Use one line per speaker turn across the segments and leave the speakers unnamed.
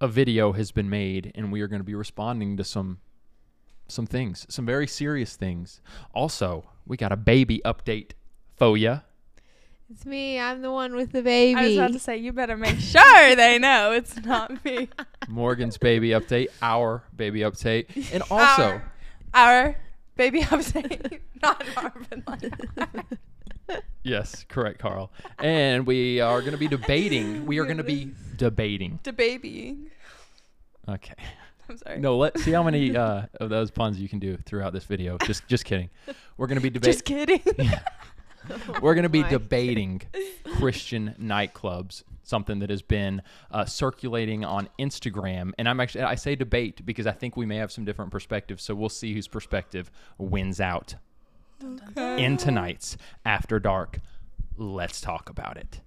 a video has been made, and we are going to be responding to some some things, some very serious things. Also, we got a baby update for ya.
It's me. I'm the one with the baby.
I was about to say, you better make sure they know it's not me.
Morgan's baby update, our baby update, and also
Our baby update, not Marvin. Like,
yes, correct, Carl. And we are going to be debating. We are going to be debating.
to babying.
Okay.
I'm sorry.
No, let's see how many uh, of those puns you can do throughout this video. Just, just kidding. We're going to be debating.
Just kidding.
We're going to be
my.
debating Christian nightclubs, something that has been uh, circulating on Instagram. And I'm actually, I say debate because I think we may have some different perspectives. So we'll see whose perspective wins out in tonight's After Dark. Let's talk about it.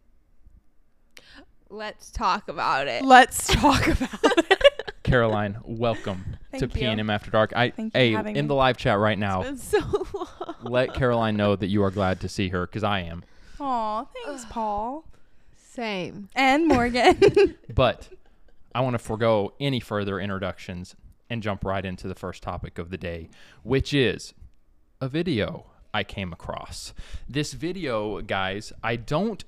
Let's talk about it.
Let's talk about it.
Caroline, welcome to
Thank you.
PNM After Dark. I,
Thank you for
hey,
having
in
me.
the live chat right now,
It's been so long.
let Caroline know that you are glad to see her because I am.
Aw, thanks, Paul
Same.
and Morgan.
But I want to forego any further introductions and jump right into the first topic of the day, which is a video I came across. This video, guys, I don't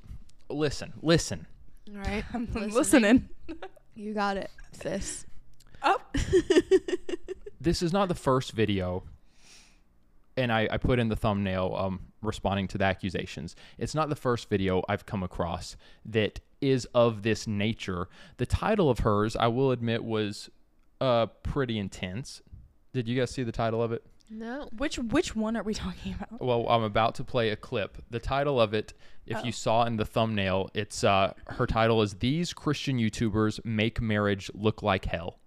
listen, listen.
All right.
I'm listening.
You got it, sis.
Oh,
This is not the first video. And I, I put in the thumbnail um, responding to the accusations. It's not the first video I've come across that is of this nature. The title of hers, I will admit, was uh, pretty intense. Did you guys see the title of it?
No.
which which one are we talking about?
Well, I'm about to play a clip. The title of it, if you saw in the thumbnail, it's uh, her title is "These Christian YouTubers Make Marriage Look Like Hell."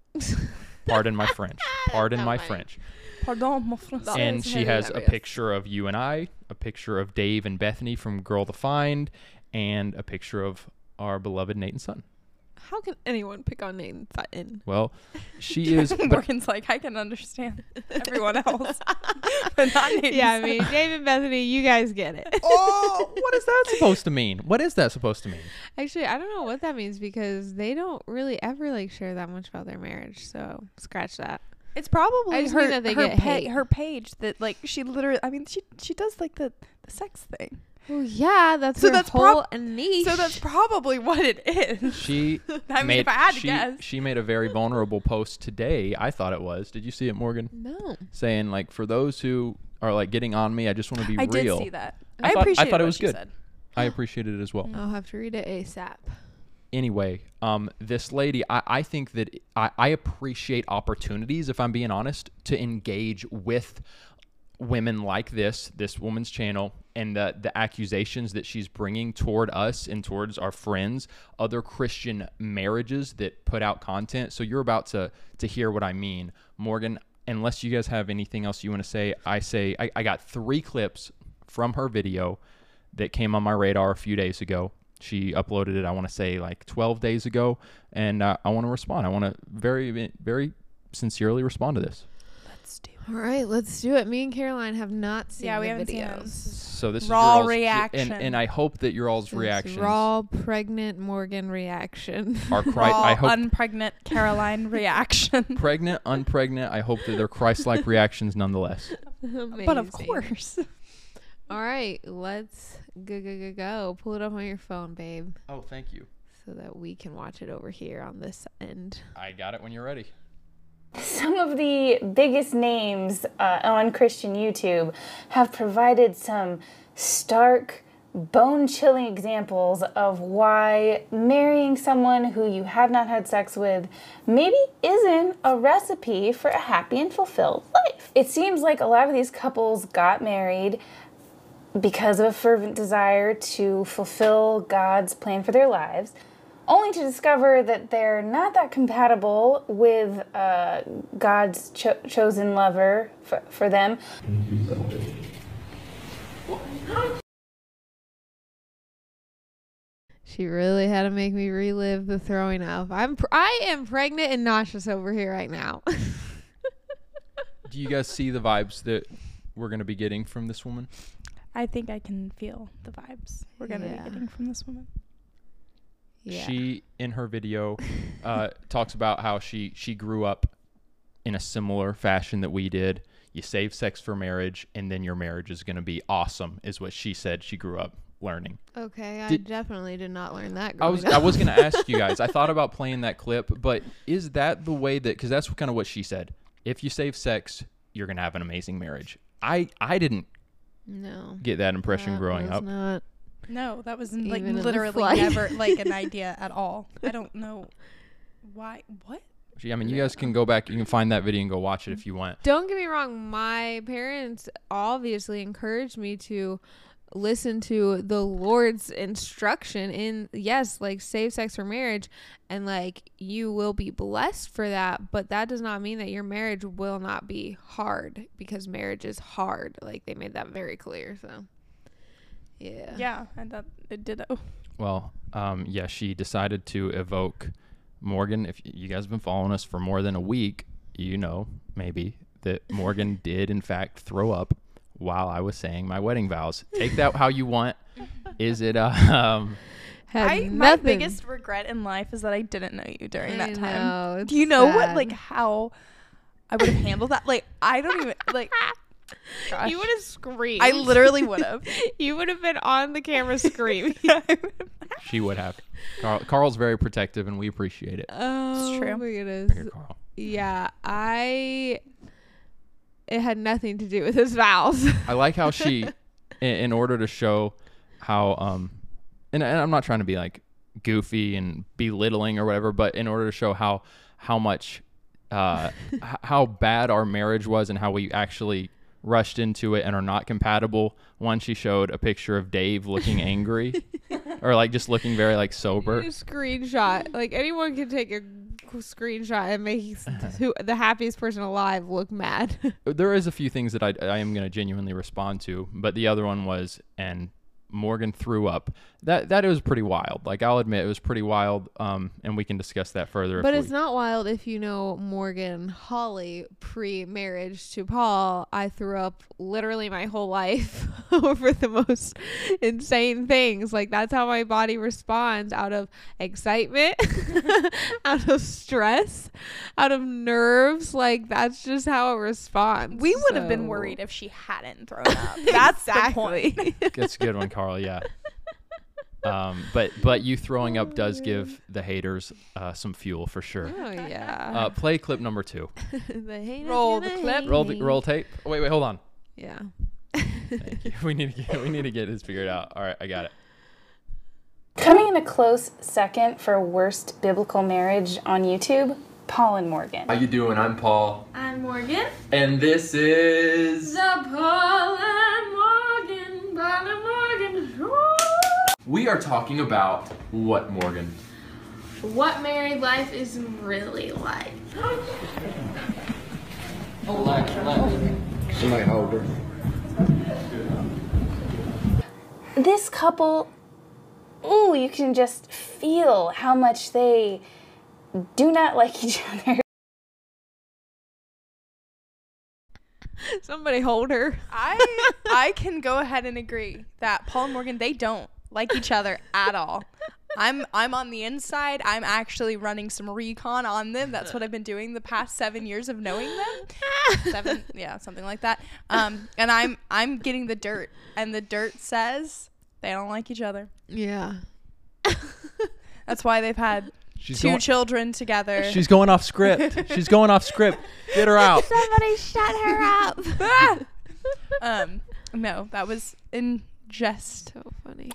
Pardon my French. Pardon
not
my
mine.
French.
Pardon, mon français.
Oh,
and
it's
she
heavy,
has a
heavy.
picture of you and I, a picture of Dave and Bethany from Girl to Find, and a picture of our beloved Nate and Son.
How can anyone pick on Nathan Sutton?
Well, she is. But
Morgan's like, I can understand everyone else, but not Nathan.
Yeah, I mean, Dave and Bethany, you guys get it.
oh, what is that supposed to mean? What is that supposed to mean?
Actually, I don't know what that means because they don't really ever like share that much about their marriage. So scratch that.
It's probably
I just
her
mean that they
her,
get
pa-
hate.
her page that like she literally. I mean, she she does like the the sex thing.
Well, yeah, that's
So
her
that's
whole
prob-
niche.
So that's probably what it is.
She
I mean,
made,
if I had to
she,
guess.
she made a very vulnerable post today. I thought it was. Did you see it, Morgan?
no.
Saying like, for those who are like getting on me, I just want to be
I
real.
did see that.
I
I,
thought- I
appreciate.
thought it
what
was
she
good.
said.
I appreciate it as well.
I'll have to read it ASAP.
Anyway, um, this lady, I, I think that I, I appreciate opportunities, if I'm being honest, to engage with women like this, this woman's channel, and the, the accusations that she's bringing toward us and towards our friends, other Christian marriages that put out content. So you're about to to hear what I mean, Morgan. Unless you guys have anything else you want to say, I say I, I got three clips from her video that came on my radar a few days ago. She uploaded it, I want to say, like 12 days ago, and uh, I want to respond. I want to very, very sincerely respond to this.
Let's do
All right, let's do it. Me and Caroline have not seen
Yeah, we
the
haven't seen
videos.
those.
So this
Raw
is your all's-
reaction.
and, and I hope that your all's
This
reactions
Raw pregnant Morgan reaction.
are cri-
Raw,
I hope
unpregnant Caroline reaction.
pregnant, unpregnant. I hope that they're Christ-like reactions nonetheless.
but of
Amazing.
course,
All right, let's go go go go. Pull it up on your phone, babe,
Oh, thank you.
so that we can watch it over here on this end.
I got it when you're ready.
Some of the biggest names uh, on Christian YouTube have provided some stark, bone chilling examples of why marrying someone who you have not had sex with maybe isn't a recipe for a happy and fulfilled life. It seems like a lot of these couples got married because of a fervent desire to fulfill God's plan for their lives, only to discover that they're not that compatible with uh, God's cho- chosen lover for, for them.
She really had to make me relive the throwing up. I'm pr- I am pregnant and nauseous over here right now.
Do you guys see the vibes that we're gonna be getting from this woman?
I think I can feel the vibes we're gonna
Yeah.
be getting from this woman.
Yeah.
She in her video uh, talks about how she she grew up in a similar fashion that we did. You save sex for marriage, and then your marriage is going to be awesome, is what she said. She grew up learning.
Okay, I
Did-
definitely did not learn that.
I
Growing
was
up.
I was going to ask you guys. I thought about playing that clip, but is that the way that cuz that's kind of what she said. If you save sex, you're going to have an amazing marriage. I I didn't
no
get that impression
that
growing
was
up.
Not,
No, that was like
Even in the
literally
flight.
never like an idea at all. I don't know why. What?
Gee, I mean, you guys can go back, you can find that video and go watch it if you want.
don't get me wrong. My parents obviously encouraged me to listen to the Lord's instruction in yes, like save sex for marriage, and like you will be blessed for that. But that does not mean that your marriage will not be hard because marriage is hard. Like they made that very clear. So yeah,
Yeah, and that it did. Oh,
Well, um, yeah, she decided to evoke Morgan. If you guys have been following us for more than a week, you know, maybe that Morgan did in fact throw up while I was saying my wedding vows. Take that how you want. Is it uh, um
Had
I my
nothing-
biggest regret in life is that I didn't know you during
I
that time.
know,
Do
it's
you know what
sad.
like how I would have handled that? Like I don't even like. Gosh.
You would have screamed.
I literally would have.
you would have been on the camera screaming.
she would have. Carl, Carl's very protective and we appreciate it.
oh
true.
my
Here,
goodness.
Carl.
Yeah, I. It had nothing to do with his vows.
I like how she, in, in order to show how, um, and, and I'm not trying to be like goofy and belittling or whatever, but in order to show how how much, uh, h- how bad our marriage was and how we actually rushed into it and are not compatible. One, she showed a picture of Dave looking angry, or like just looking very like sober.
a screenshot. Like anyone can take a screenshot and make s- who, the happiest person alive look mad.
there is a few things that I, I am going to genuinely respond to, but the other one was and Morgan threw up. That that was pretty wild. Like I'll admit it was pretty wild. Um, and we can discuss that further.
But
if
it's
we,
not wild if you know Morgan Holly pre marriage to Paul. I threw up literally my whole life over the most insane things. Like, that's how my body responds out of excitement, out of stress, out of nerves. Like, that's just how it responds.
We would have
So-
been worried if she hadn't thrown up. That's the point.
that's a good one, Carl. Yeah. Um, but but you throwing up does give the haters uh, some fuel for sure.
Oh, yeah.
Uh, play clip number two.
The haters
roll
gonna
the clip.
hate
Roll the,
me.
roll tape. Oh, wait wait hold on.
Yeah.
Thank you. We need to get we need to get this figured out. All right, I got it.
Coming in a close second for worst biblical marriage on YouTube, Paul and Morgan.
How you doing? I'm Paul. I'm Morgan. And this is the Paul and Morgan, Paul and Morgan We are talking about what Morgan?
what married life is really like.
Somebody hold her.
this couple, ooh, you can just feel how much they do not like each other.
Somebody hold her.
I I can go ahead and agree that Paul and Morgan they don't like each other at all. I'm I'm on the inside. I'm actually running some recon on them. That's what I've been doing the past seven years of knowing them. Seven, yeah, something like that. Um, and I'm I'm getting the dirt, and the dirt says they don't like each other.
Yeah.
That's why they've had
She's
two
going,
children together.
she's going off script. She's going off script. Get her out.
Somebody shut her up. Ah!
um, no, that was in jest.
so funny.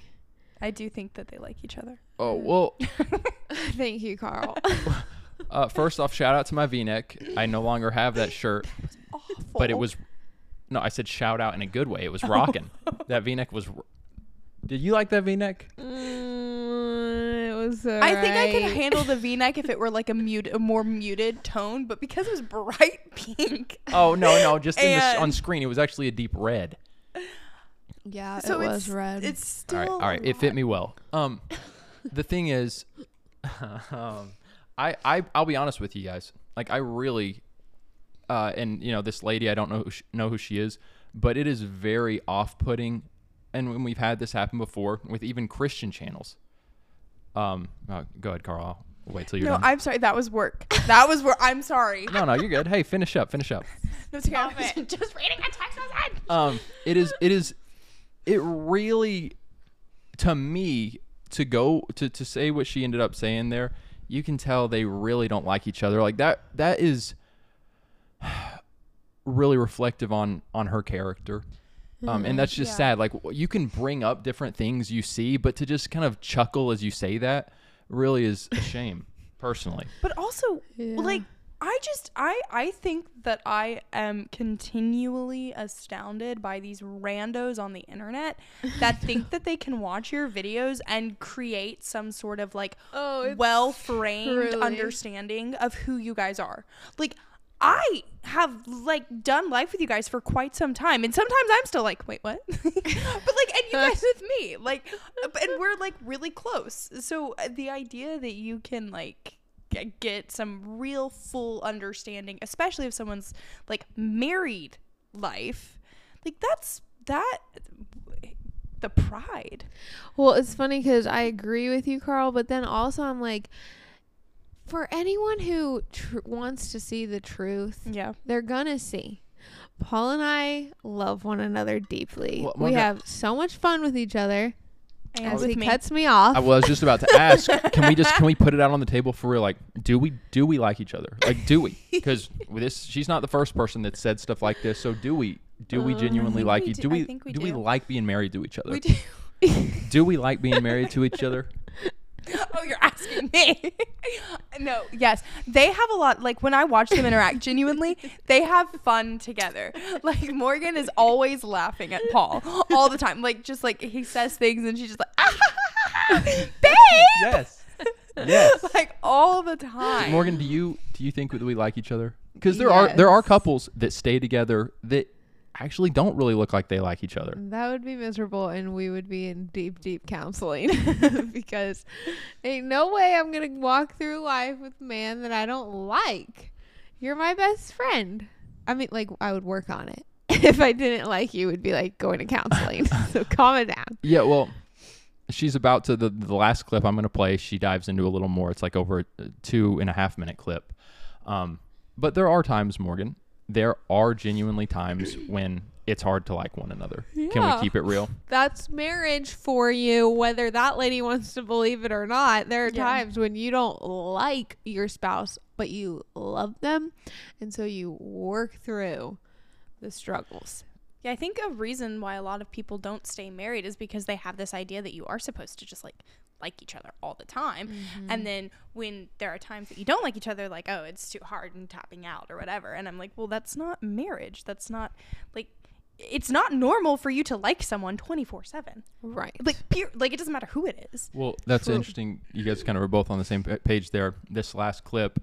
I do think that they like each other.
Oh well.
Thank you, Carl.
Uh, first off, shout out to my V-neck. I no longer have that shirt, but it was. No, I said shout out in a good way. It was rocking. that V-neck was. r- Did you like that V-neck?
Mm, it was.
I think I could
alright.
handle the V-neck if it were like a mute, a more muted tone, but because it was bright pink,
Oh no, no, just in the, s- on
And-
screen, it was actually a deep red.
Yeah,
so
it
it's
was red.
It's
All
still
right, all right, it fit me well. Um, the thing is, um, I I I'll be honest with you guys. Like I really, uh, and you know this lady, I don't know who sh know who she is, but it is very off putting. And when we've had this happen before with even Christian channels, Um, oh, go ahead, Carl. I'll wait till you're
No,
done.
I'm sorry. That was work. That was work. I'm sorry.
no, no, you're good. Hey, finish up. Finish up.
No, it's okay.
Just reading a text message.
um, it is it is it really to me to go to, to say what she ended up saying there you can tell they really don't like each other like that that is really reflective on on her character um, and that's just sad like w- you can bring up different things you see but to just kind of chuckle as you say that really is a shame personally
But also, like, I just I I think that I am continually astounded by these randos on the internet that think that they can watch your videos and create some sort of like
Oh, it's
well-framed
truly-
understanding of who you guys are. Like I have like done life with you guys for quite some time, and sometimes I'm still like, wait, what? but like, and you guys with me, like, uh, and we're like really close. So uh, the idea that you can like g- get some real full understanding, especially if someone's like married life, like that's that the pride.
Well, it's funny because I agree with you, Carl, but then also I'm like, for anyone who tr- wants to see the truth,
Yeah.
they're gonna see. Paul and I love one another deeply.
Well,
we
Margaret-
have so much fun with each other.
And
As
with
he
me.
cuts me off,
I was just about to ask, can we just can we put it out on the table for real? Like, do we do we like each other? Like, do we? Because this she's not the first person that said stuff like this. So do we? Do we genuinely
think
like
we
you?
do-
Do
Oh, I
we?
think we
do we
do.
like being married to each other?
We do.
Do we like being married to each other?
Oh, you're asking me. no, yes. They have a lot like when I watch them interact genuinely, they have fun together. Like Morgan is always laughing at Paul all the time. Like just like he says things and she's just like "Ah, babe.
Yes. Yes.
Like all the time.
Morgan, do you do you think that we like each other? Because there are there are couples that stay together that actually don't really look like they like each other.
that would be miserable, and we would be in deep, deep counseling because ain't no way I'm gonna walk through life with a man that I don't like. You're my best friend. I mean, like I would work on it. if I didn't like you, it would be like going to counseling. so calm it down.
Yeah, well, she's about to the, the last clip I'm going to play. She dives into a little more. It's like over a two and a half minute clip. Um, but there are times, Morgan, there are genuinely times when it's hard to like one another. Can
Yeah.
we keep it real?
that's marriage for you, whether that lady wants to believe it or not. There are times when you don't like your spouse, but you love them. And so you work through the struggles.
Yeah, I think a reason why a lot of people don't stay married is because they have this idea that you are supposed to just like like each other all the time.
Mm-hmm.
And then when there are times that you don't like each other, like, oh, it's too hard and tapping out or whatever. And I'm like, well, that's not marriage. That's not like it's not normal for you to like someone 24/7.
Right.
Like pure, like it doesn't matter who it is.
Well, that's interesting. You guys kind of were both on the same pa- page there. This last clip,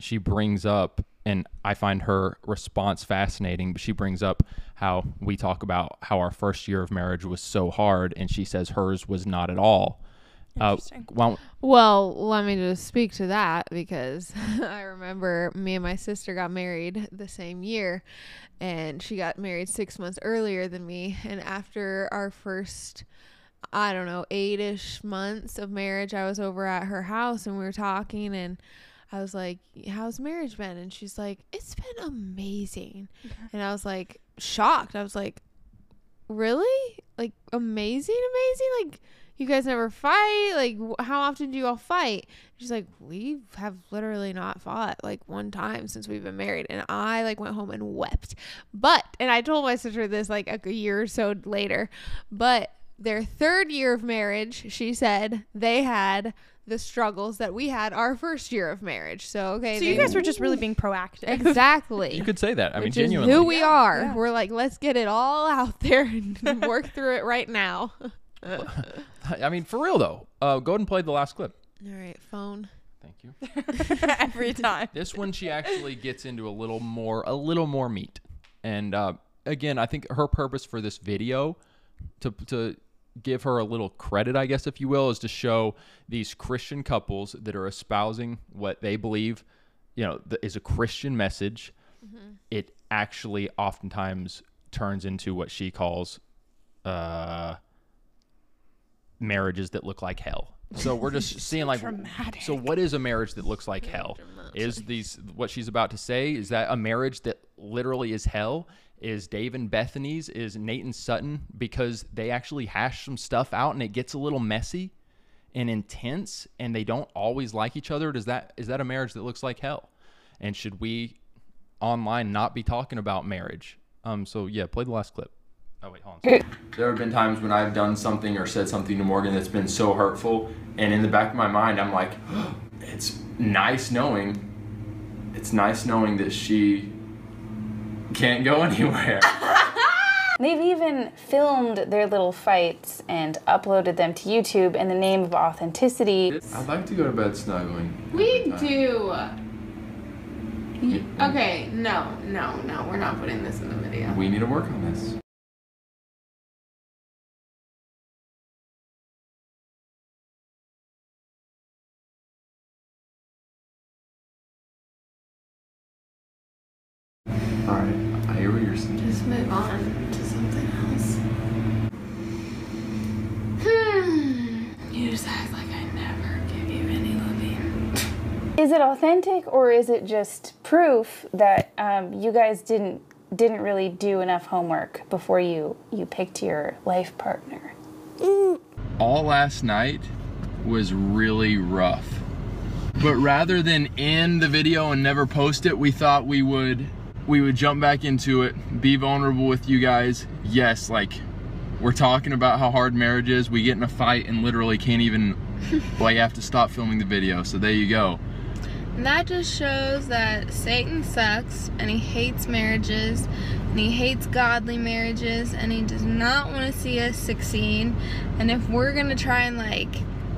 she brings up, and I find her response fascinating. But she brings up how we talk about how our first year of marriage was so hard, and she says hers was not at all. Interesting. Uh, well,
Well, let me just speak to that because I remember me and my sister got married the same year, and she got married six months earlier than me. And after our first, I don't know, eight ish months of marriage, I was over at her house and we were talking, and I was like, How's marriage been? And she's like, It's been amazing. And I was like, shocked. I was like, really like amazing amazing like you guys never fight like w- how often do you all fight she's like we have literally not fought like one time since we've been married and i like went home and wept but and i told my sister this like a g- year or so later but their third year of marriage she said they had the struggles that we had our first year of marriage so okay
So you
they-
guys were just really being proactive.
exactly
you could say that. I mean,
which is
genuinely.
who we are. We're like, let's get it all out there and work through it right now. All
I mean, for real though. Uh, go ahead and play the last clip.
right, phone.
Thank you.
Every time.
This one, she actually gets into a little more, a little more meat. And uh, again, I think her purpose for this video, to to give her a little credit, I guess, if you will, is to show these Christian couples that are espousing what they believe, you know, th- is a Christian message. It actually oftentimes turns into what she calls uh, marriages that look like hell. So we're just seeing like so what is a marriage that looks like hell? Is these what she's about to say is that a marriage that literally is hell? Is Dave and Bethany's? Is Nate and Sutton because they actually hash some stuff out and it gets a little messy and intense and they don't always like each other? Does that is that a marriage that looks like hell? And should we online not be talking about marriage? Um so yeah, play the last clip. Oh wait, hold on.
There have been times when I've done something or said something to Morgan that's been so hurtful, and in the back of my mind, I'm like, it's nice knowing, it's nice knowing that she can't go anywhere.
They've even filmed their little fights and uploaded them to YouTube in the name of authenticity.
I'd like to go to bed snuggling.
We do. Y- Okay, no, no, no. We're not putting this in the video.
We need to work on this. All right, I hear what you're saying.
Just move on to something else. Hmm. You just act like I never give you any loving.
Is it authentic or is it just proof that um, you guys didn't didn't really do enough homework before you you picked your life partner?
all last night was really rough. But rather than end the video and never post it, we thought we would we would jump back into it, be vulnerable with you guys. Yes, like we're talking about how hard marriage is. We get in a fight and literally can't even like have to stop filming the video. So there you go.
That just shows that Satan sucks and he hates marriages and he hates godly marriages and he does not want to see us succeed. And if we're going to try and like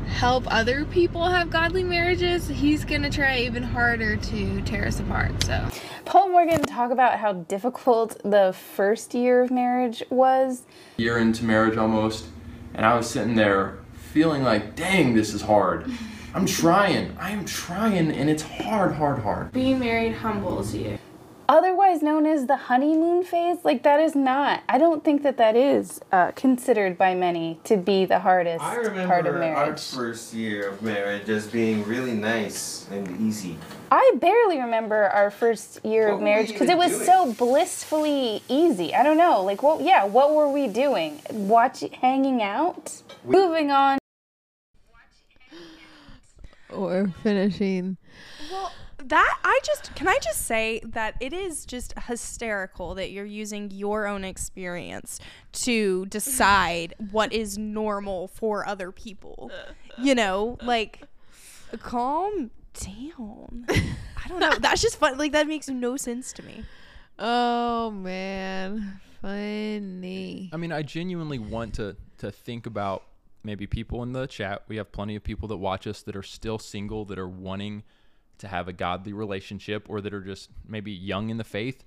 help other people have godly marriages, he's going to try even harder to tear us apart. So,
Paul Morgan talk about how difficult the first year of marriage was.
year into marriage almost, and I was sitting there feeling like, dang, this is hard. I'm trying. I am trying, and it's hard, hard, hard.
Being married humbles you.
otherwise known as the honeymoon phase like that is not i don't think that that is uh, considered by many to be the hardest
I remember
part of
our
marriage
first year of marriage as being really nice and easy.
i barely remember our first year
What
of
were
marriage
we
because it
even
was
doing?
so blissfully easy i don't know like what yeah what were we doing watch hanging out moving on
Or finishing.
Well, that I just can I just say that it is just hysterical that you're using your own experience to decide what is normal for other people. You know, like calm down. I don't know. That's just fun. Like that makes no sense to me.
Oh man, funny.
I mean, I genuinely want to to think about maybe people in the chat. We have plenty of people that watch us that are still single, that are wanting to have a godly relationship, or that are just maybe young in the faith,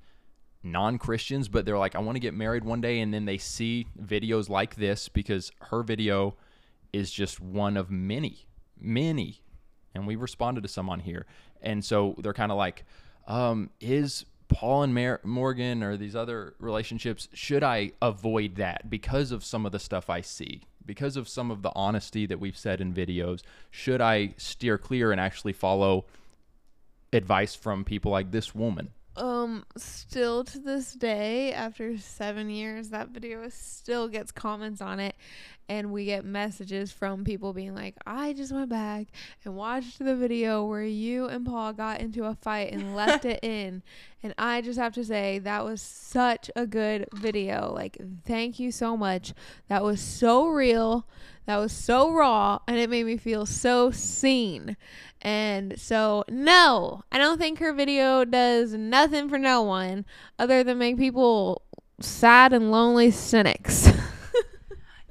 non Christians, but they're like, I want to get married one day, and then they see videos like this because her video is just one of many, many, and we responded to some on here, and so they're kind of like, um, is Paul and Mar- Morgan or these other relationships should I avoid that because of some of the stuff I see, because of some of the honesty that we've said in videos? Should I steer clear and actually follow advice from people like this woman?
Um, still to this day, after seven years, that video still gets comments on it, and we get messages from people being like, "I just went back and watched the video where you and Paul got into a fight and left it in," and I just have to say that was such a good video. Like, thank you so much. That was so real. That was so raw, and it made me feel so seen. And so, no, I don't think her video does nothing for no one other than make people sad and lonely cynics.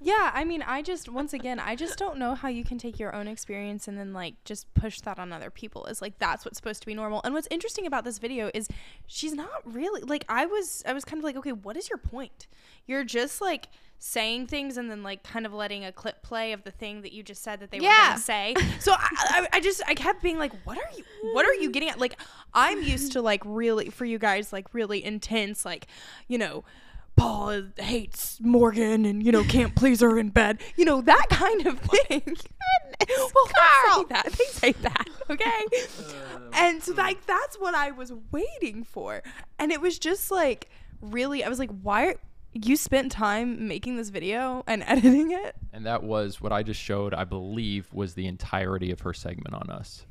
Yeah, I mean, I just once again, I just don't know how you can take your own experience and then like just push that on other people. Is like that's what's supposed to be normal. And what's interesting about this video is she's not really like I was I was kind of like, okay, what is your point? You're just like saying things and then like kind of letting a clip play of the thing that you just said that they were
Yeah.
going to say. So I, I I just I kept being like, what are you what are you getting at? Like I'm used to like really for you guys like really intense like, you know, Paul is, hates Morgan and you know can't please her in bed. You know that kind of thing. well, Carl, they say that they say that, okay? and so like that's what I was waiting for, and it was just like really, I was like, why are you spent time making this video and editing it?
And that was what I just showed, I believe, was the entirety of her segment on us.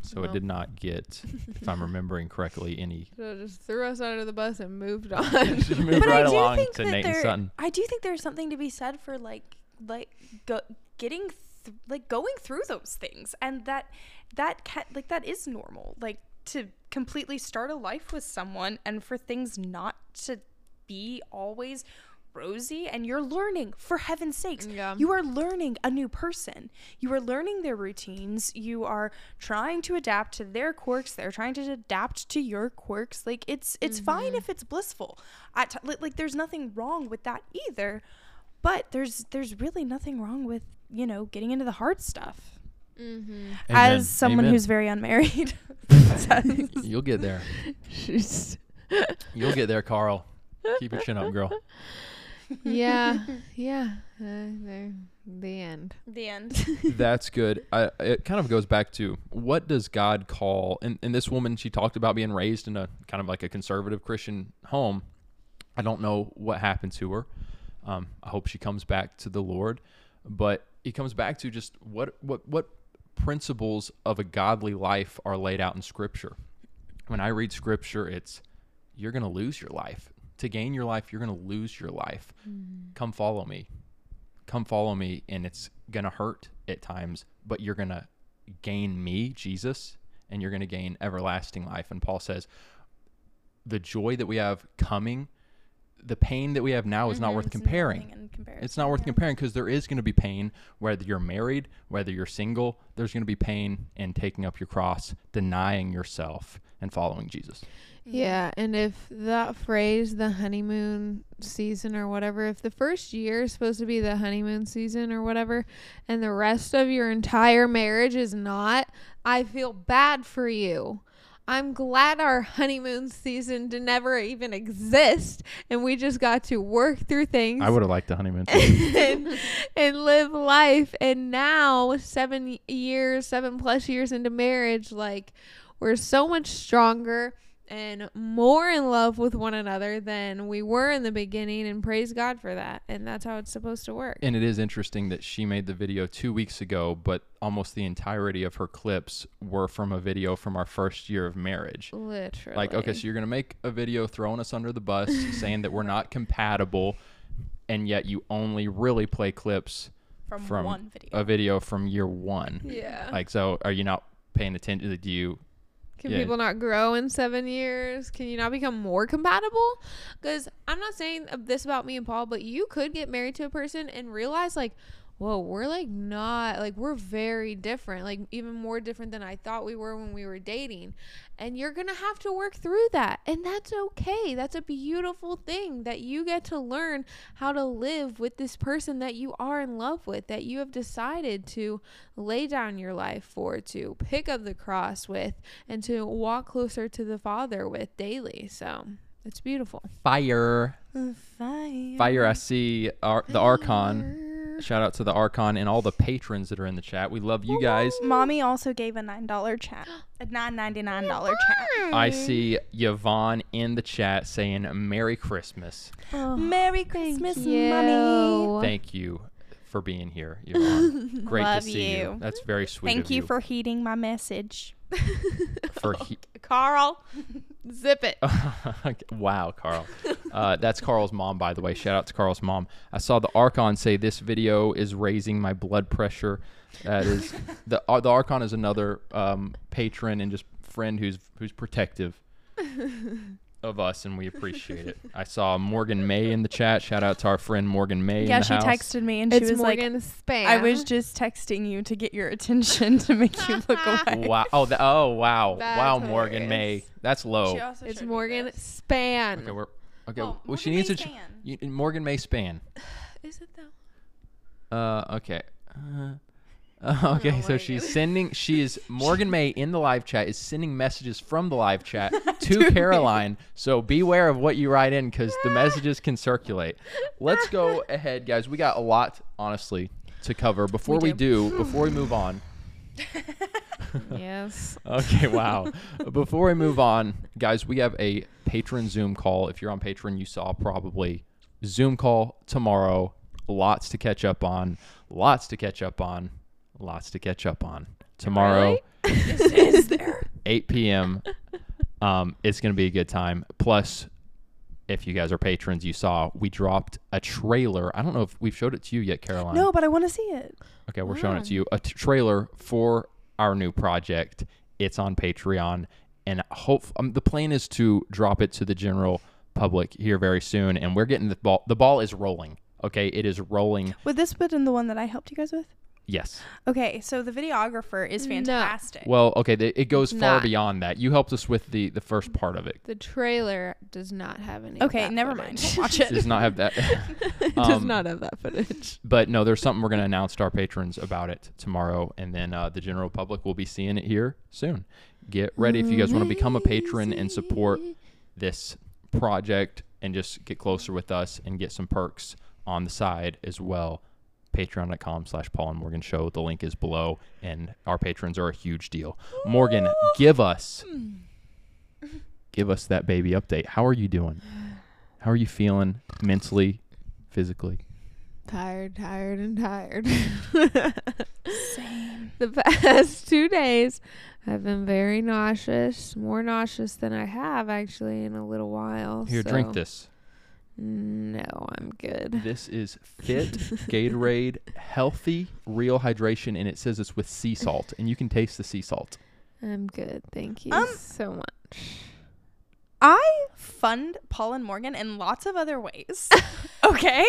So it did not get, if I'm remembering correctly, any.
So just threw us under the bus and moved on.
She moved right along to Nate and
there,
Sutton.
I do think there's something to be said for like like go, getting th- like going through those things and that that ca- like that is normal like to completely start a life with someone and for things not to be always rosy and you're learning for heaven's sakes
Yeah.
you are learning a new person you are learning their routines you are trying to adapt to their quirks they're trying to adapt to your quirks like it's it's fine if it's blissful I t- like, like there's nothing wrong with that either but there's there's really nothing wrong with you know getting into the hard stuff
Mm-hmm.
Amen.
as someone
Amen.
who's very unmarried
You'll get there.
She's
You'll get there, Carl. Keep your chin up, girl.
yeah, yeah. Uh, there, the end.
the end
That's good. I, it kind of goes back to what does God call? And, and this woman, she talked about being raised in a kind of like a conservative Christian home. I don't know what happened to her. Um, I hope she comes back to the Lord, but it comes back to just what what what principles of a godly life are laid out in Scripture. When I read Scripture, it's you're going to lose your life. To gain your life, you're going to lose your life. Come follow me come follow me and it's gonna hurt at times but you're gonna gain me jesus and you're gonna gain everlasting life and paul says the joy that we have coming the pain that we have now is Mm-hmm, not worth comparing it's not worth comparing because there is going to be pain whether you're married, whether you're single. There's going to be pain in taking up your cross, denying yourself, and following Jesus.
Yeah, and if that phrase, the honeymoon season or whatever, if the first year is supposed to be the honeymoon season or whatever, and the rest of your entire marriage is not, I feel bad for you. I'm glad our honeymoon season did never even exist, and we just got to work through things.
I would have liked the honeymoon.
and, and live life. And now, seven years, seven plus years into marriage, like we're so much stronger and more in love with one another than we were in the beginning. And praise God for that. And that's how it's supposed to work.
And it is interesting that she made the video two weeks ago, but almost the entirety of her clips were from a video from our first year of marriage.
Literally.
Like, okay, so you're going to make a video throwing us under the bus, saying that we're not compatible, and yet you only really play clips
from,
from
one video
a video from year one.
yeah.
Like, so are you not paying attention? Do you?
Can
Yeah.
people not grow in seven years? Can you not become more compatible? Because I'm not saying of this about me and Paul, but you could get married to a person and realize, like, whoa, we're like not, like, we're very different, like, even more different than I thought we were when we were dating. And you're going to have to work through that. And that's okay. That's a beautiful thing that you get to learn how to live with this person that you are in love with, that you have decided to lay down your life for, to pick up the cross with, and to walk closer to the Father with daily. So it's beautiful.
Fire.
fine
Fire, I see Ar- the Archon. Shout out to the Archon and all the patrons that are in the chat. We love you guys.
mommy also gave a nine dollar chat a nine ninety
Oh,
nine dollar chat
I see Yvonne in the chat saying Merry Christmas.
Oh, merry christmas mommy
Yo.
Thank you for being here, Yvonne. Great
Love
to see you.
you.
That's very sweet.
thank
of
you
you
for heeding my message
for he-
carl
Zip it.
wow, Carl. Uh, that's Carl's mom, by the way. Shout out to Carl's mom. I saw the Archon say this video is raising my blood pressure. That is the uh, the Archon is another um, patron and just friend who's who's protective of us, and we appreciate it. I saw Morgan May in the chat. Shout out to our friend Morgan May.
yeah
in the
she
house.
texted me and she
It's
was like
Morgan Spam.
I was just texting you to get your attention to make you look away.
Wow! Oh, th- oh, wow!
That's
wow, Morgan May. That's low.
It's Morgan Span.
Okay, we're okay.
Oh,
well, she
Morgan
needs
May
to. Ch-
Span.
you, Morgan May span.
Is it though?
Uh, okay. Uh, Uh, okay, so she's sending. She is Morgan May in the live chat is sending messages from the live chat to Caroline. So beware of what you write in because the messages can circulate. Let's go ahead, guys. We got a lot, honestly, to cover. Before we do, before we move on.
yes.
Okay, wow. Before we move on, guys, we have a patron Zoom call. If you're on Patreon, you saw probably Zoom call tomorrow. Lots to catch up on. Lots to catch up on. Lots to catch up on. Tomorrow, 8 p.m. Um, it's going to be a good time. Plus, if you guys are patrons, you saw we dropped a trailer. I don't know if we've showed it to you yet, Caroline.
No, but I want to see it.
Okay, we're showing it
Ah.
to you. A t- trailer for our new project. It's on Patreon, and hope um, the plan is to drop it to the general public here very soon. And we're getting the ball. The ball is rolling. Okay, it is rolling.
Would this been in the one that I helped you guys with?
Yes.
Okay, so the videographer is fantastic.
Well, okay, th- it goes far
Eh. Not.
beyond that. You helped us with the the first part of it.
The trailer does not have any.
Okay, never mind. Watch it.
Does not have that.
does
Um,
not have that footage.
but no, there's something we're going to announce to our patrons about it tomorrow, and then uh, the general public will be seeing it here soon. Get ready if you guys want to become a patron and support this project and just get closer with us and get some perks on the side as well. Patreon.com slash Paul and Morgan Show. The link is below, and our patrons are a huge deal. Morgan, give us, give us that baby update. How are you doing? How are you feeling mentally, physically?
Tired, tired, and tired. Same. The past two days have been very nauseous, more nauseous than I have actually in a little while.
Here,
so-
drink this.
No, I'm good.
This is Fit Gatorade Healthy Real Hydration, and it says it's with sea salt, and you can taste the sea salt.
I'm good. Thank you
Um,
so much.
I fund Paul and Morgan in lots of other ways. Okay?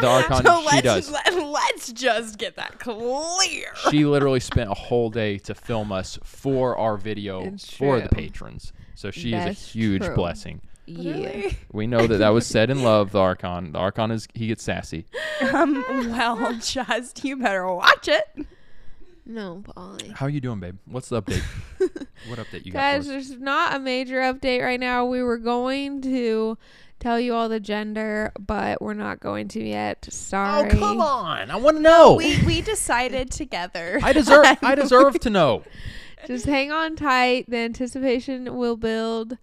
The Archon,
so
she
let's,
does.
Let, us just get that clear.
she literally spent a whole day to film us for our video
It's
for the
true.
patrons. So she is a
That's
huge
true.
blessing.
Yeah.
We know that that was said in love. The Archon, the Archon is he gets sassy.
Um, well, just you better watch it.
No, Polly.
How are you doing, babe? What's the update? what update you got?
Guys,
For us?
there's not a major update right now. We were going to tell you all the gender, but we're not going to yet. Sorry.
Oh come on! I want to know.
We we decided together.
I deserve. I deserve to know.
Just hang on tight. The anticipation will build,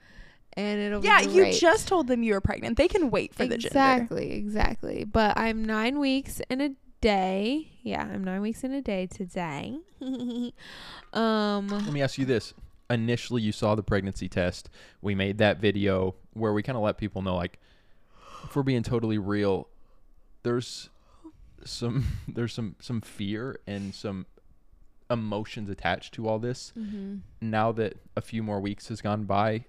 and it'll
yeah,
be
you
great.
just told them you were pregnant. They can wait for the gender.
exactly, exactly. But I'm nine weeks and a day. Yeah, I'm nine weeks and a day today. um,
Let me ask you this. Initially, you saw the pregnancy test. We made that video where we kind of let people know, like, if we're being totally real, there's some there's some some fear and some emotions attached to all this. Now that a few more weeks has gone by,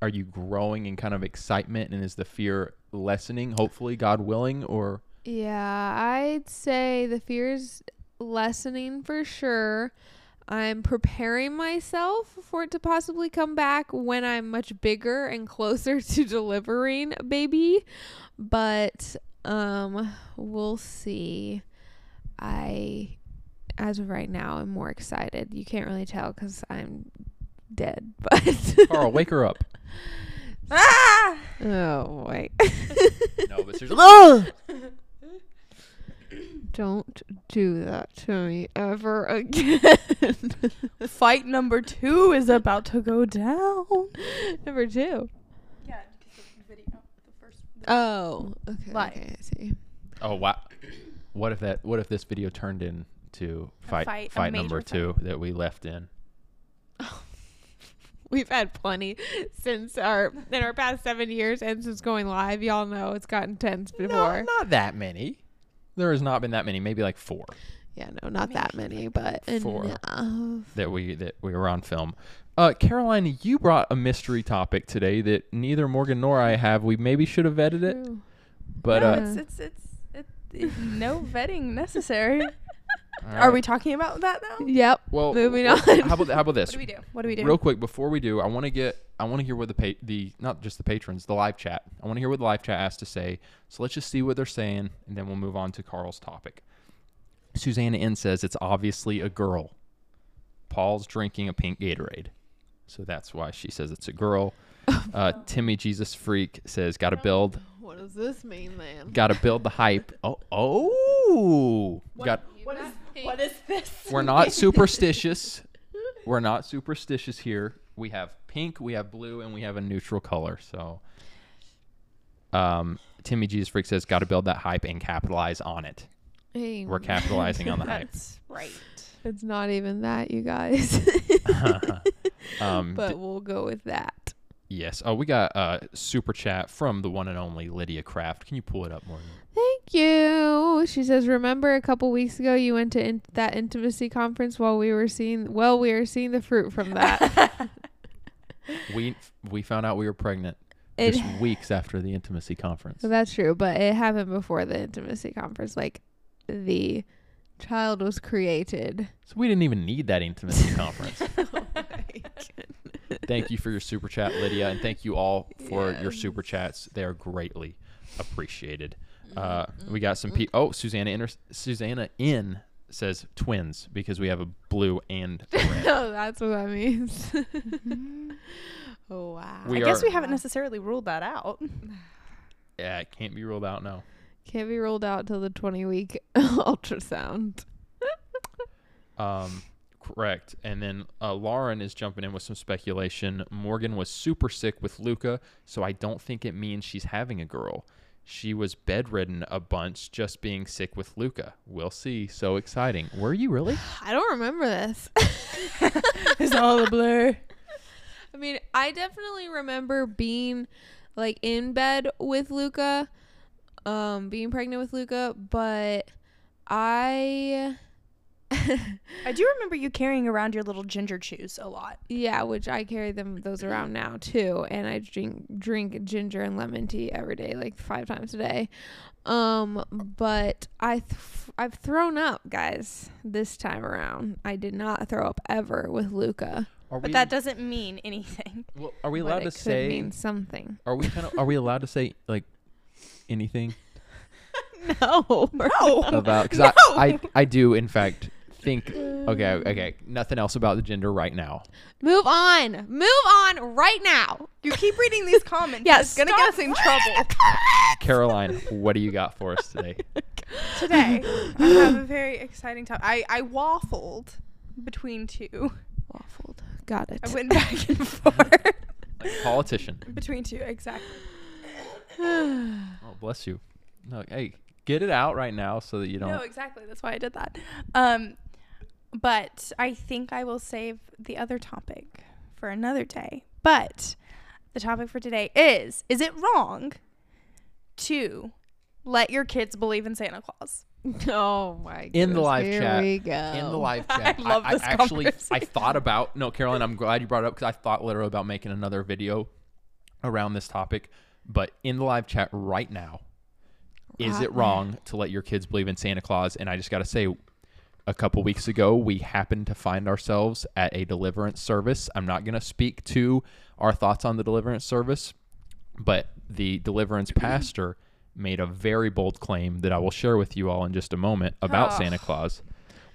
are you growing in kind of excitement and is the fear lessening? Hopefully, God willing, or
Yeah, I'd say the fear is lessening for sure. I'm preparing myself for it to possibly come back when I'm much bigger and closer to delivering a baby, but um we'll see. I as of right now, I'm more excited. You can't really tell cuz I'm dead, but
Carl, wake her up.
Oh boy.
No, but seriously.
Don't do that to me ever again.
Fight number two is about to go down.
Number two. Oh, okay.
Like-
okay, I see.
Oh wow! What if that? What if this video turned into fight
fight,
fight,
a
number
major
two that we left in?
We've had plenty since our in our past seven years and since going live. Y'all know it's gotten tense before.
not that many. There has not been that many. Maybe like four
Yeah, no, not that many, but
Four.
enough.
that we that we were on film. Uh, Caroline, you brought a mystery topic today that neither Morgan nor I have. We maybe should have vetted it,
True.
but
no,
uh,
it's it's it's, it- no vetting necessary.
all
Are
right.
we talking about that now?
Yep.
Well,
moving
well,
on.
How about how about this?
What do we do? What do we do?
Real quick before we do, I want to get I want to hear what the pa- the not just the patrons, the live chat. I want to hear what the live chat has to say. So let's just see what they're saying, and then we'll move on to Carl's topic. Susanna N says it's obviously a girl. Paul's drinking a pink Gatorade. So that's why she says it's a girl. Uh, Timmy Jesus Freak says gotta build
Oh, What does this mean then?
gotta build the hype. Oh oh got
What is this?
we're not superstitious. We're not superstitious here. We have pink, we have blue, and we have a neutral color. So, um, Timmy Jesus Freak says, "Got to build that hype and capitalize on it."
Hey,
We're capitalizing on the hype.
That's right.
it's not even that, you guys.
Um, d-
but we'll go with that.
yes. Oh, we got a super chat from the one and only Lydia Craft. Can you pull it up, Morgan?
Thank you. She says, "Remember a couple weeks ago you went to in- that intimacy conference while we were seeing well we are seeing the fruit from that."
We we found out we were pregnant
It-
just weeks after the intimacy conference.
So that's true, but it happened before the intimacy conference. Like the child was created.
So we didn't even need that intimacy conference. thank you for your super chat, Lydia, and thank you all for your super chats. They are greatly appreciated. Uh, we got some. Pe- oh, Susanna Inter- Susanna in says twins because we have a blue and a red.
oh, that's what that means. oh wow.
We
I
are.
guess we haven't necessarily ruled that out.
yeah, it can't be ruled out. No.
Can't be rolled out till the twenty week ultrasound.
Um, correct. And then uh, Lauren is jumping in with some speculation. Morgan was super sick with Luca, so I don't think it means she's having a girl. She was bedridden a bunch just being sick with Luca. We'll see. So exciting. Were you really?
I don't remember this.
It's all a blur.
I mean, I definitely remember being like in bed with Luca, um, being pregnant with Luca, but I
I do remember you carrying around your little ginger chews a lot.
yeah, which I carry them those around now too, and I drink drink ginger and lemon tea every day, like five times a day. Um, but I th- I've thrown up, guys, this time around. I did not throw up ever with Luca,
Are
But that doesn't mean anything.
well, are we
but
allowed to
it could
say?
mean something.
Are we kind of? Are we allowed to say like anything
No,
about? Because I, I I do in fact think. Okay, okay. Nothing else about the gender right now.
Move on. Move on right now.
You keep reading these comments.
Yeah,
it's gonna
stop
get us in trouble.
Caroline, what do you got for us today?
Today, I have a very exciting topic. I, I waffled between two.
Waffled. Got it.
I went back and forth
Like politician.
between two. Exactly.
Oh, bless you. No, hey, get it out right now so that you don't.
No, exactly. That's why I did that. Um, but I think I will save the other topic for another day. But the topic for today is: Is it wrong to let your kids believe in Santa Claus?
oh my god.
in the live
Here
chat.
we go.
In the live chat.
I love this
actually I thought about no, Caroline, I'm glad you brought it up because I thought literally about making another video around this topic. But in the live chat right now, is it wrong to let your kids believe in Santa Claus? And I just gotta say a couple weeks ago, we happened to find ourselves at a deliverance service. I'm not going to speak to our thoughts on the deliverance service, but the deliverance
Mm-hmm.
pastor made a very bold claim that I will share with you all in just a moment about
Ah.
Santa Claus.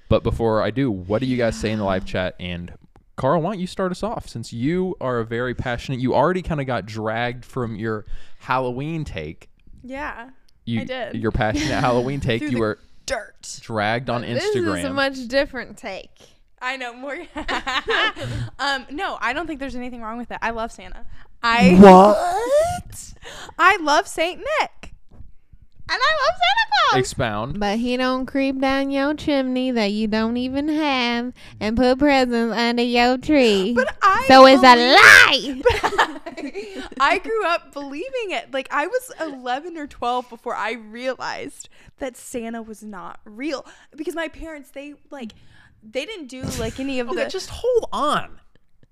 But before I do, what do you guys say in the live chat? And Carl, why don't you start us off since you are a very passionate, you already kind of got dragged from your Halloween take.
Yeah.
You,
I did.
Your passionate Halloween take. you were
Dirt.
dragged on Instagram.
This is a much different take.
I know more. um, no, I don't think there's anything wrong with it. I love Santa. I what? I love Saint Nick, and I love Santa Claus.
Expound.
But he don't creep down your chimney that you don't even have and put presents under your tree.
But I
so it's a
believe-
lie.
I grew up believing it. Like I was 11 or 12 before I realized that Santa was not real because my parents they like they didn't do like any of
Okay,
the
just hold on,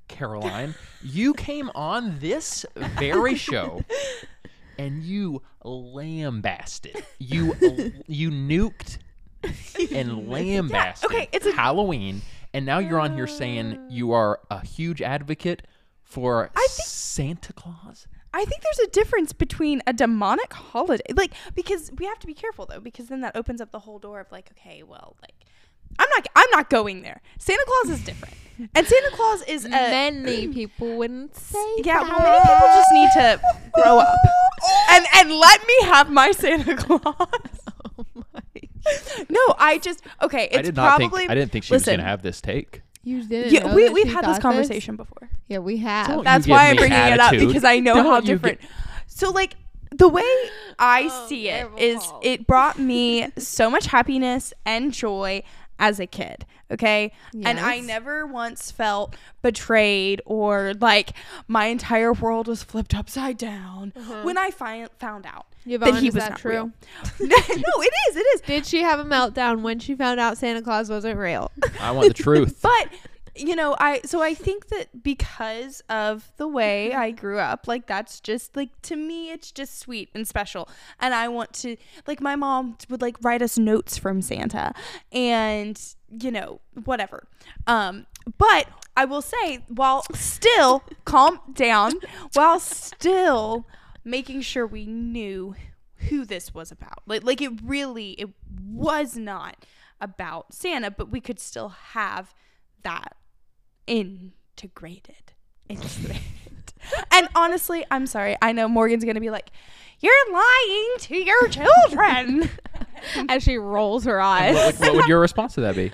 Caroline. you came on this very show and you lambasted. You you nuked and lambasted
okay, it's a- Uh.
Halloween, and now you're on here saying you are a huge advocate for Santa Claus.
I think there's a difference between a demonic holiday, like because we have to be careful though, because then that opens up the whole door of like, okay, well, like I'm not, I'm not going there. Santa Claus is different, and Santa Claus is a
Many people wouldn't say.
yeah. Well, many people just need to grow up and and let me have my Santa Claus.
Oh my!
No, I just okay. It's
I did not
probably
think I didn't think she was
listen,
gonna have this take.
You didn't.
Yeah,
know
we
that
we've
she
had
thought
this conversation before.
Yeah, we have.
Don't
That's
give
why I'm
me
bringing it
attitude.
up because I know
Don't
how
you get-
different. So like the way I
Oh,
see it
terrible
is
Paul.
it brought me so much happiness and joy as a kid, okay? And I
Yes.
never once felt betrayed or like my entire world was flipped upside down
Mm-hmm.
when I fi- found out
Yvonne,
that he
is
was
that
not
true?
real. no, it is. It is.
Did she have a meltdown when she found out Santa Claus wasn't real?
I want the truth.
but you know i so i think that because of the way i grew up like that's just like to me it's just sweet and special and i want to like my mom would like write us notes from santa and you know whatever um but i will say while still calm down while still making sure we knew who this was about. Like like it really it was not about Santa, but we could still have that integrated. Integrated. and honestly, I'm sorry. I know Morgan's going to be like, "You're lying to your children."
As she rolls her eyes.
what, would, what would your response to that be?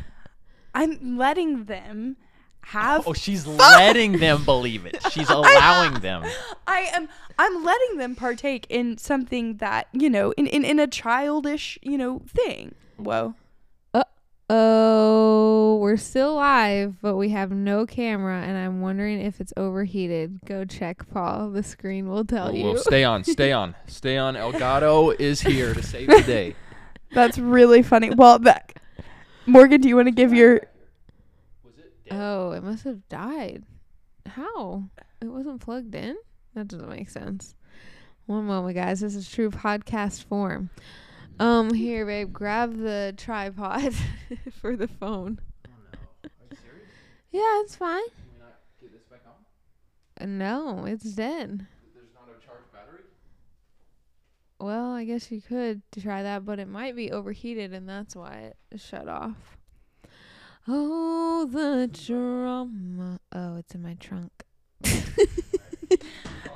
I'm letting them have
Oh, she's letting them believe it. She's allowing them.
I am I'm letting them partake in something that, you know, in in, in a childish, you know, thing. Whoa.
Oh, we're still live, but we have no camera, and I'm wondering if it's overheated. Go check, Paul. The screen will
Oh,
tell
Oh, Well,
you.
well, stay on, stay on, stay on. Elgato is here to save the day.
That's really funny. Well, that, Morgan, do you want to give your?
oh, it must have died. How? It wasn't plugged in? That doesn't make sense. One moment, guys. This is true podcast form. Um, here, babe, grab the tripod for the phone. Yeah, it's fine. Uh, No, it's dead. Well, I guess you could try that, but it might be overheated, and that's why it shut off. Oh, the drama. Oh, it's in my trunk.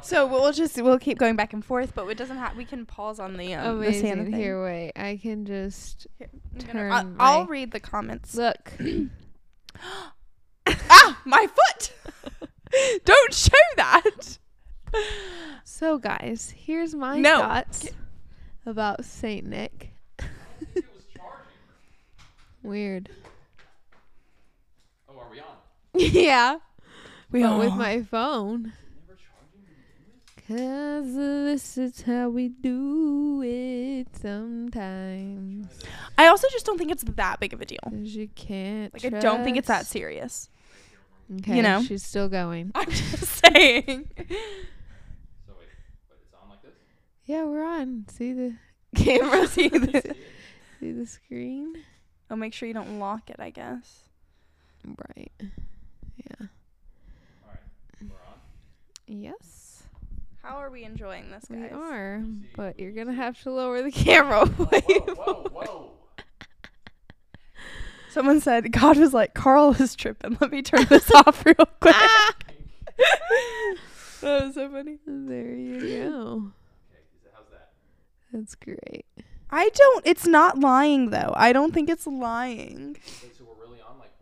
So we'll just we'll keep going back and forth, but it doesn't have. We can pause on the
Oh,
um, the Santa
Amazing.
thing.
Here, wait. I can just
I'm gonna-
turn
I'll, I'll
my-
read the comments.
look.
ah, my foot! Don't show that.
So, guys, here's my
No.
thoughts about Saint Nick.
Oh,
Weird.
Oh, are we on?
yeah.
We
but with my phone. Cause this is how we do it sometimes.
I also just don't think it's that big of a deal.
'Cause you can't.
Like I don't think it's that
trust-
serious.
Okay,
know?
she's still going.
I'm just saying.
So wait, wait, it's on like this.
Yeah, we're on. See the
Camera see this.
see the screen.
Oh, make sure you don't lock it. I guess.
Right. Yeah. Yes,
How are we enjoying this,
we
guys?
are. But you're gonna have to lower the camera.
Whoa, whoa.
Someone said God was like Carl is tripping. Let me turn this off real quick. that was so funny.
there you go. That's great.
I don't. It's not lying though. I don't think it's lying.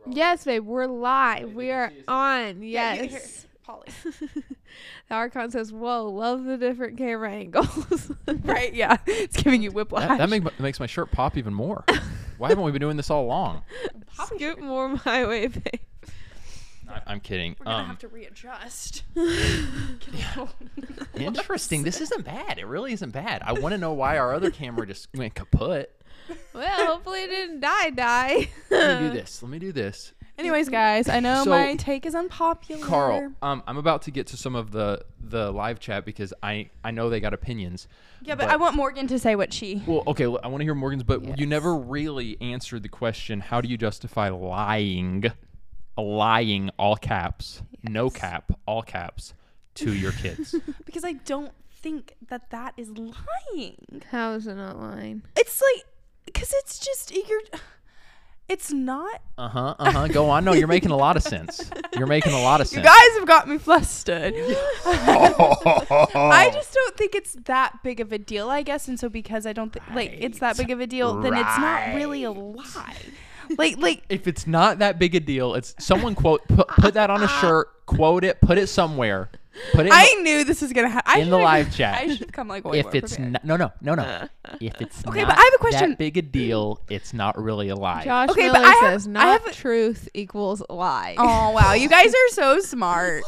Yes, babe, we're live. We are on. Yes.
Polly.
Our con says, "Whoa, love the different camera angles."
Right? Yeah. It's giving you whiplash.
That, that make, that makes my shirt pop even more. Why haven't we been doing this all along?
Scoop more my way, babe.
I, I'm kidding.
We're gonna
Um,
have to readjust.
interesting. This isn't bad. It really isn't bad. I want to know why our other camera just went kaput.
Well, hopefully it didn't die. Die.
Let me
Uh.
do this. Let me do this.
Anyways, guys, I know
So-
my take is unpopular.
Carl, um, I'm about to get to some of the the live chat because I I know they got opinions.
Yeah, but, I want Morgan to say what she.
Well, okay, well, I want to hear Morgan's, but you never really answered the question. How do you justify lying, lying all caps, no cap, all caps, to your kids.
because I don't think that that is lying.
How is it not lying?
It's like because it's just you're. It's not.
Uh huh. Uh huh. Go on. No, you're making a lot of sense. You're making a lot of
You
sense.
guys have got me flustered.
Oh.
I just don't think it's that big of a deal, I guess. And so because I don't think like it's that big of a deal, then it's not really a lie. Like like
if it's not that big a deal, it's someone quote put, put that on a shirt, quote it, put it somewhere, put it. In,
I knew this was gonna happen.
in the live chat.
I should have come like way
if
more
it's
prepared.
not, no no no no if it's
Okay,
not
but I have a question.
that big a deal, it's not really a lie.
Josh
Okay, but
Miller
I have-
says
I
not
have a-
truth equals lie.
Oh wow, you guys are so smart.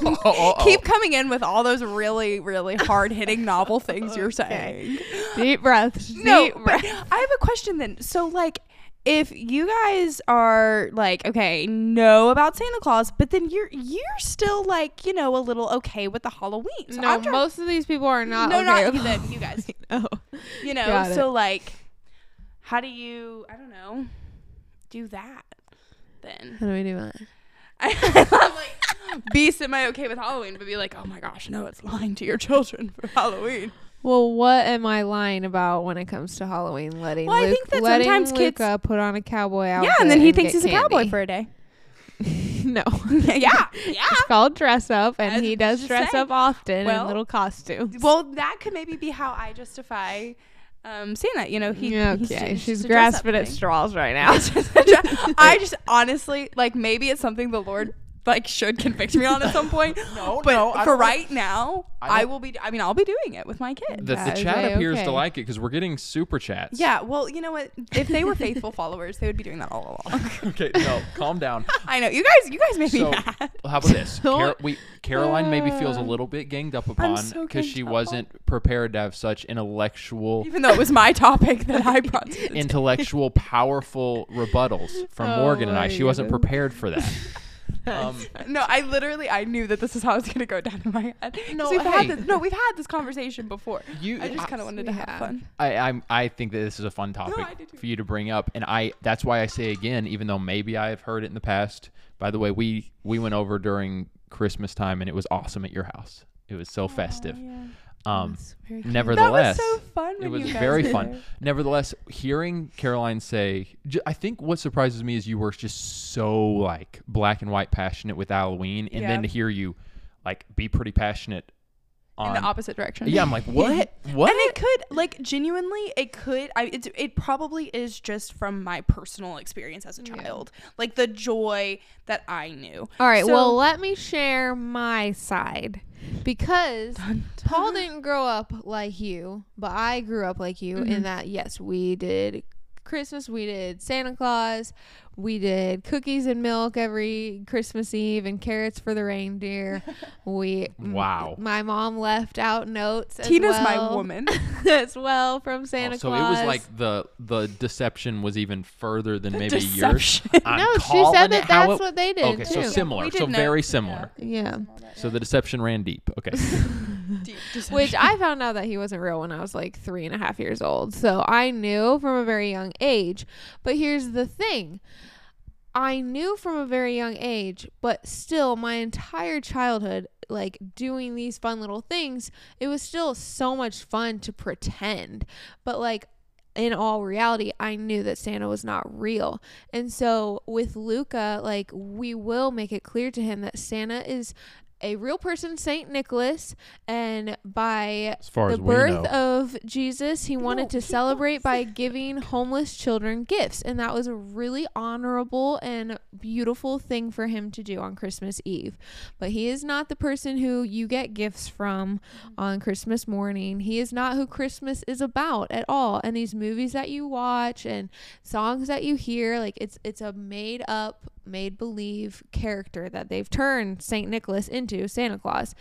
Keep coming in with all those really, really hard hitting novel things you're saying.
Deep breaths.
No,
deep
but
breaths.
I have a question then. So like if you guys are like okay know about santa claus but then you're you're still like you know a little okay with the halloween so
no,
I'm trying-
most of these people are not.
no
okay with-
not you then you guys
Oh.
you know
Got it.
so like how do you i don't know do that then
How do we do that?
I'm like, Beast, am I okay with Halloween? But be like, oh my gosh, no, it's lying to your children for Halloween.
Well, what am I lying about when it comes to Halloween? Letting
Well, I
Luke,
think that
letting
sometimes kids-
Luca put on a cowboy outfit.
Yeah, and then he thinks
get
he's a
candy.
cowboy for a day.
no.
yeah, yeah.
It's called dress up, and
As
he does
just
dress
saying.
up often
Well-
in little costumes.
Well, that could maybe be how I justify um, Santa. You know, he.
Yeah,
he's-
okay,
it's
she's
just a dress up
grasping at
thing.
straws right now.
I just honestly like maybe it's something the Lord like should convict me on at some point. no, but
no, I
for
don't-
right now,
I
I,
don't-
will be. I mean, I'll be doing it with my kids.
The, the
That is
chat
way
appears
okay.
to like it because we're getting super chats.
yeah, well, you know what? If they were faithful followers, they would be doing that all along.
okay. No, calm down.
I know you guys. You guys made
So
me mad.
how about this? Car- we, Caroline maybe feels a little bit ganged up upon
Uh, so
because she
ganged up
wasn't prepared to have such intellectual,
Even though it was my topic that I brought to the table.
intellectual, powerful rebuttals from
Oh
Morgan and I.
my
She wasn't
goodness.
prepared for that. Um,
No, I literally I knew that this is how it's gonna go down in my head. 'Cause
No,
we've
hey.
had this, no, we've had this conversation before.
You-
I just kind of wanted to
we
have
have.
fun.
I, I'm, I think that this is a fun topic
I do too.
for you to bring up, and I that's why I say again, even though maybe I have heard it in the past. By the way, we we went over during Christmas time, and it was awesome at your house. It was so festive. Um,
That was
nevertheless,
so fun. When
it was
you guys
very
did
fun. Nevertheless, hearing Caroline say, j- I think what surprises me is you were just so like black and white passionate with Halloween, and
Yeah.
then to hear you like be pretty passionate
it in
on
the opposite direction.
yeah, I'm like, what? What?
And it could like genuinely, it could. I it, it probably is just from my personal experience as a child, like the joy that I knew.
All right,
So-
well, let me share my side because Paul didn't grow up like you, but I grew up like you
Mm-hmm.
in that, yes, we did Christmas, we did Santa Claus, we did cookies and milk every Christmas Eve and carrots for the reindeer. we
Wow.
My mom left out notes. as
Tina's my
well-
woman.
as well from Santa
Oh, so
Claus.
it was like the the deception was even further than maybe
Deception.
yours. I'm
No, she
calling
said
it
that
how
that's what they did,
Okay, so
too.
similar,
We
so
did know-
very similar.
yeah.
So the deception ran deep. Okay,
Deep deception.
Which I found out that he wasn't real when I was like three and a half years old. So I knew from a very young age. But here's the thing I knew from a very young age, but still, my entire childhood, like doing these fun little things, it was still so much fun to pretend. But like, in all reality, I knew that Santa was not real. And so with Luca, like, we will make it clear to him that Santa is a real person, St. Nicholas. And by
as far
the
as we
birth
know.
of Jesus, he wanted to celebrate by giving homeless children gifts. And that was a really honorable and beautiful thing for him to do on Christmas Eve. But he is not the person who you get gifts from on Christmas morning. He is not who Christmas is about at all. And these movies that you watch and songs that you hear, like it's it's a made up, made believe character that they've turned Saint Nicholas into Santa Claus.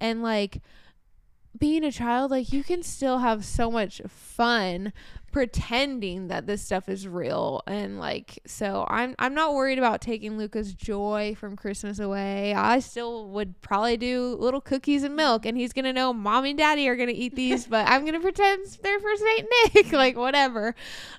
And like being a child, like you can still have so much fun pretending that this stuff is real and like so I'm I'm not worried about taking Luca's joy from Christmas away. I still would probably do little cookies and milk and he's going to know mom and daddy are going to eat these, but I'm going to pretend they're for St. Nick like whatever.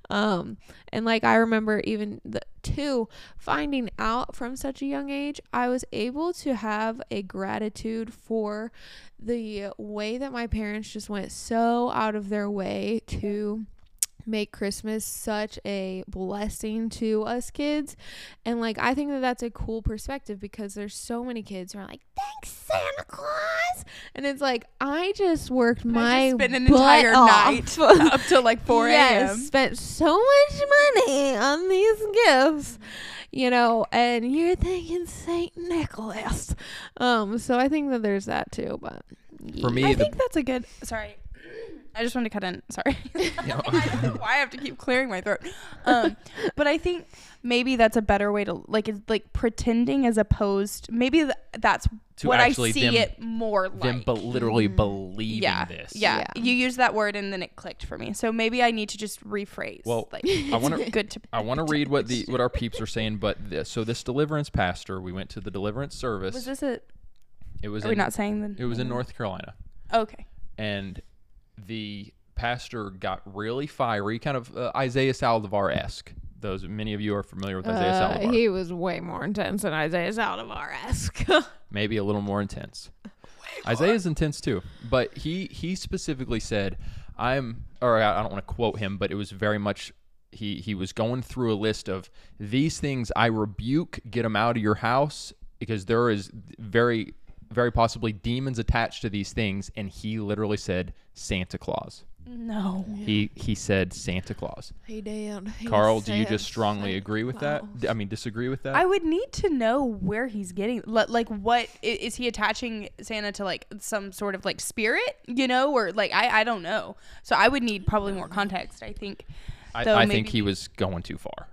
Um and like I remember even the two finding out from such a young age, I was able to have a gratitude for the way that my parents just went so out of their way to make Christmas such a blessing to us kids. And like I think that that's a cool perspective because there's so many kids who are like, "Thanks Santa Claus," and it's like I just worked my
I just spent an
butt
entire
off.
night up till like 4
Yes,
a.m.
spent so much money on these gifts, you know, and you're thinking Saint Nicholas. Um, so I think that there's that too, but
For me,
I
the
think that's a good. Sorry, I just wanted to cut in. Sorry, I don't know why I have to keep clearing my throat. Um, but I think maybe that's a better way to like it's like pretending as opposed. Maybe th- that's
To
what I
actually
see
them-
it more like.
them be- literally
Mm.
believing
yeah,
this.
yeah, You used that word and then it clicked for me. So maybe I need to just rephrase.
Well,
like
I
it's
wanna-
good to.
I want to read what the what our peeps are saying, but this, so this deliverance pastor, we went to the deliverance service.
Was this a?
it was
Are
in,
we not saying then?
it was in
mm.
North Carolina,
Okay.
and the pastor got really fiery, kind of uh, Isaiah Saldivar esque. Those many of you are familiar with Isaiah Saldivar,
Uh, he was way more intense than Isaiah Saldivar esque.
maybe a little more intense. Isaiah's intense too, but he he specifically said, "I'm," or I I don't want to quote him, but it was very much he he was going through a list of these things I rebuke, get them out of your house because there is very very possibly demons attached to these things, and he literally said Santa Claus.
No.
He he said Santa Claus.
hey, damn. He
Carl, do you
said
just strongly
Santa
agree with that? D- I mean, disagree with that?
I would need to know where he's getting li- like what i- is he attaching Santa to like some sort of like spirit, you know, or like I I don't know. So I would need probably more context. I think.
I,
though
I think
maybe-
he was going too far.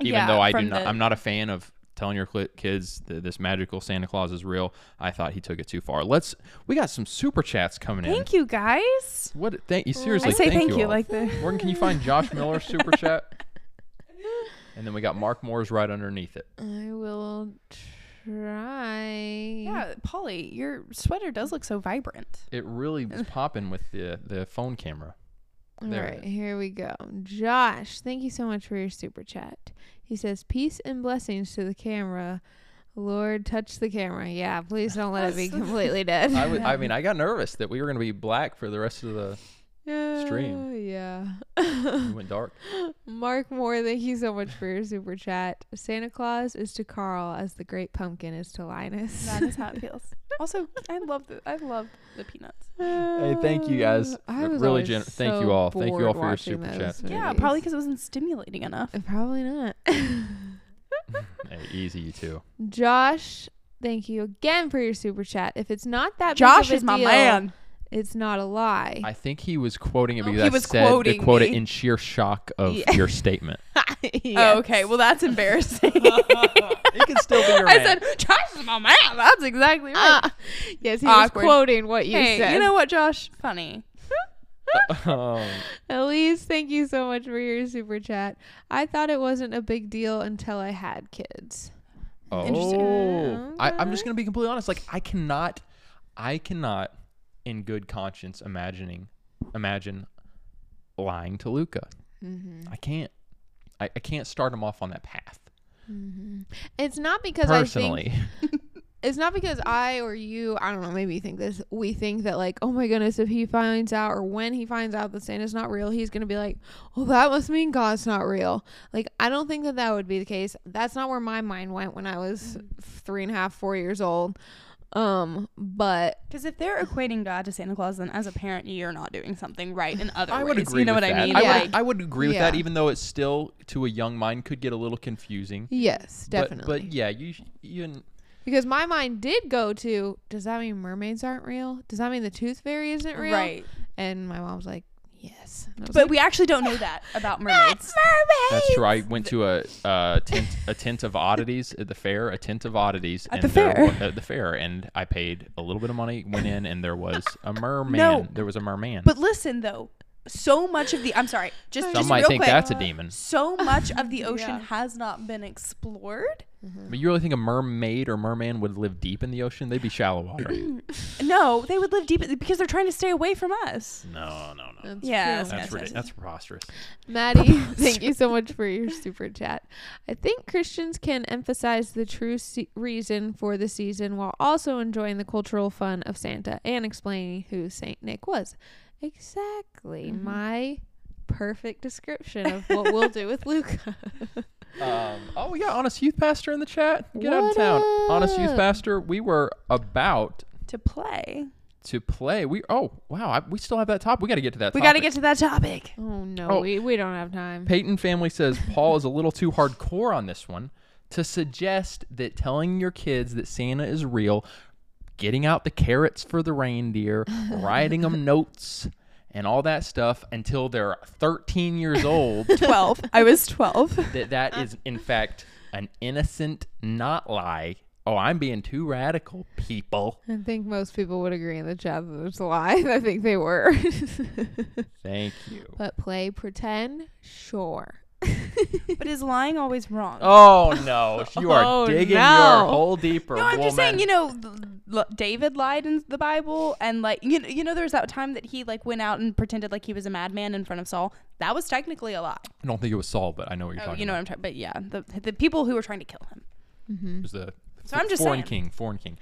Even
Yeah,
though I do
from
not,
the-
I'm not a fan of telling your cli kids that this magical Santa Claus is real. I thought he took it too far. Let's. We got some super chats coming in.
Thank you guys.
What? Thank you. Seriously.
I say thank you
all.
like the-
Morgan, can you find Josh Miller's super chat? And then we got Mark Moore's right underneath it.
I will try.
Yeah, Polly, your sweater does look so vibrant.
It really was popping with the the phone camera.
All
There it
right, here we go. Josh, thank you so much for your super chat. He says, Peace and blessings to the camera. Lord, touch the camera. Yeah, please don't let it be completely dead.
I, w- I mean, I got nervous that we were going to be black for the rest of the.
Uh,
Stream.
yeah.
It went dark.
Mark Moore, thank you so much for your super chat. Santa Claus is to Carl as the great pumpkin is to Linus.
That is how it feels. Also, I love the I love the peanuts.
Hey, thank you guys.
I was
Really
always
gen- thank you
so
all. Thank you
bored
all for your
watching
super
those
chats.
Yeah,
movies.
probably because it wasn't stimulating enough.
Probably not.
Hey, easy, you two.
Josh, thank you again for your super chat. If it's not that big
Josh
of a
is my
deal,
man.
It's not a lie.
I think he was quoting it
Oh,
because
he
I
was
said to
quoting
quote it
me.
in sheer shock of
Yeah.
your statement.
Oh, okay. Well, that's embarrassing.
it can still be your
I said, Josh is my man. That's exactly right.
Ah, yes, he was
Awkward.
quoting what you
Hey,
said.
you know what, Josh? Funny.
Um,
Elise, thank you so much for your super chat. I thought it wasn't a big deal until I had kids.
oh, I, I'm just gonna be completely honest. Like, I cannot, I cannot, in good conscience, imagining, imagine lying to Luca.
Mm-hmm.
I can't. I, I can't start him off on that path
It's not because I
personally.
think it's not because I or you, I don't know, maybe you think this, we think that like, oh my goodness, if he finds out or when he finds out that Santa's not real, he's going to be like, well, that must mean God's not real. Like, I don't think that that would be the case. That's not where my mind went when I was three and a half, four years old. Um, but
Because if they're equating God to Santa Claus, then as a parent, you're not doing something right in other
I
ways.
would agree.
You know
with
what
that.
I mean?
I,
Yeah.
would, I would agree with that,
Yeah.
even though it's still to a young mind could get a little confusing.
yes,
But-
definitely.
But, yeah, you you
Because my mind did go to, does that mean mermaids aren't real? Does that mean the tooth fairy isn't real?
Right.
And my mom's like, yes. And I was
But
like,
we actually don't know that about mermaids.
That's true. I went to a uh, tent, a tent of oddities at the fair, a tent of oddities at
the fair.
at the fair, and I paid a little bit of money, went in, and there was a merman. There was a merman.
But listen, though, so much of the I'm sorry, just
Some
just
might
real
think
quick,
that's a demon.
So much of the ocean has not been explored.
But you really think a mermaid or merman would live deep in the ocean? They'd be shallow water. no,
No, they would live deep because they're trying to stay away from us.
no, no.
That's
Yes,
true.
that's
yes,
ridic-
yes.
that's preposterous.
Maddie, thank you so much for your super chat. I think Christians can emphasize the true se- reason for the season while also enjoying the cultural fun of Santa and explaining who Saint Nick was. Exactly. My perfect description of what we'll do with Luca.
Um, oh, yeah, honest youth pastor in the chat. Get out of
What
town, honest youth
up?
pastor. We were about
To play,
to play. We oh wow, I, we still have that top. We got to get to that.
we got to
topic.
get to that topic.
oh no,
Oh.
we, we don't have time.
Peyton family says Paul is a little too hardcore on this one to suggest that telling your kids that Santa is real, getting out the carrots for the reindeer, writing them notes, and all that stuff until they're 13 years old,
Twelve. I was twelve.
that that is in fact an innocent not lie. Oh, I'm being too radical, people.
I think most people would agree in the chat that it's a lie. I think they were.
Thank you.
but play pretend, sure.
But is lying always wrong?
Oh no, you are
Oh,
digging your
no.
hole deeper,
No, I'm
woman.
just saying, you know, l- l- David lied in the Bible, and like, you know, you know, there was that time that he like went out and pretended like he was a madman in front of Saul. That was technically a lie.
I don't think it was Saul, but I know what you're
Oh,
talking
you know
about.
what I'm talking? But yeah, the the people who were trying to kill him.
It was the
So I'm just
foreign
saying.
king, foreign king.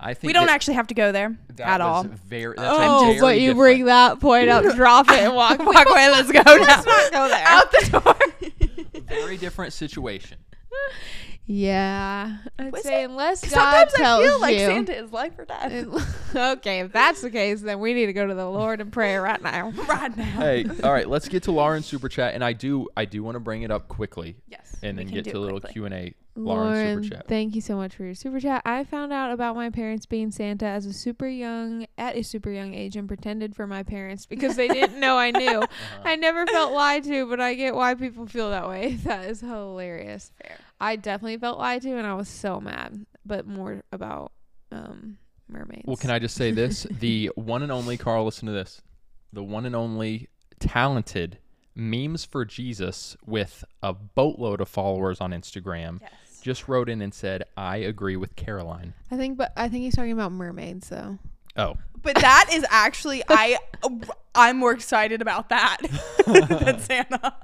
I think
We don't
that-
actually have to go there
that
at
was
all.
Very, that's
Oh,
very
but you
different.
bring that point up, drop it, and walk away.
Walk away. Let's go now.
go there.
Out the door.
very different situation.
Yeah, I'd
Was
say
it?
unless God
Sometimes I
tells
feel like
you.
Santa is life or death.
okay, if that's the case, then we need to go to the Lord in prayer right now.
Right now.
Hey, all right, let's get to Lauren's super chat, and I do, I do want to bring it up quickly,
Yes.
and
we
then
can
get
do
to a
it
little
quickly.
Q and A.
Lauren,
Lauren's super chat.
thank you so much for your super chat. I found out about my parents being Santa as a super young at a super young age and pretended for my parents because they didn't know I knew. I never felt lied to, but I get why people feel that way. That is hilarious.
Uh-huh.
I definitely felt lied to and I was so mad. But more about um mermaids.
Well, can I just say this? The one and only Carl, listen to this. The one and only talented memes for Jesus with a boatload of followers on Instagram just wrote in and said, "I agree with Caroline."
I think but I think he's talking about mermaids though.
Oh,
But that is actually I. I'm more excited about that than Santa.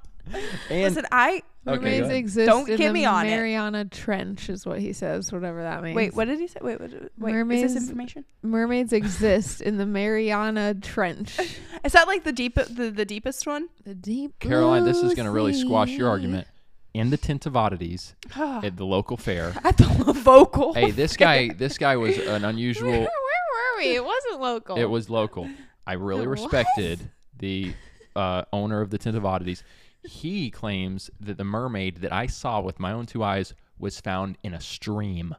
and
Listen, I
Okay, go
Mermaids
ahead.
exist
Don't
in
get
the
me on it.
Mariana Trench is what he says, whatever that means.
wait. What did he say? Wait, what, did- wait. Is
Mermaids-
this information?
mermaids exist in the Mariana Trench.
Is that like the deep, the, the deepest one?
The deep
Caroline, this
blue
is going to really squash your
sea.
argument. In the tent of oddities at the local fair.
At the vocal.
hey, this guy, this guy was an
Where
unusual.
were we? It wasn't local.
It was local. I really
It was?
respected the uh, owner of the tent of oddities. He claims that the mermaid that I saw with my own two eyes was found in a stream.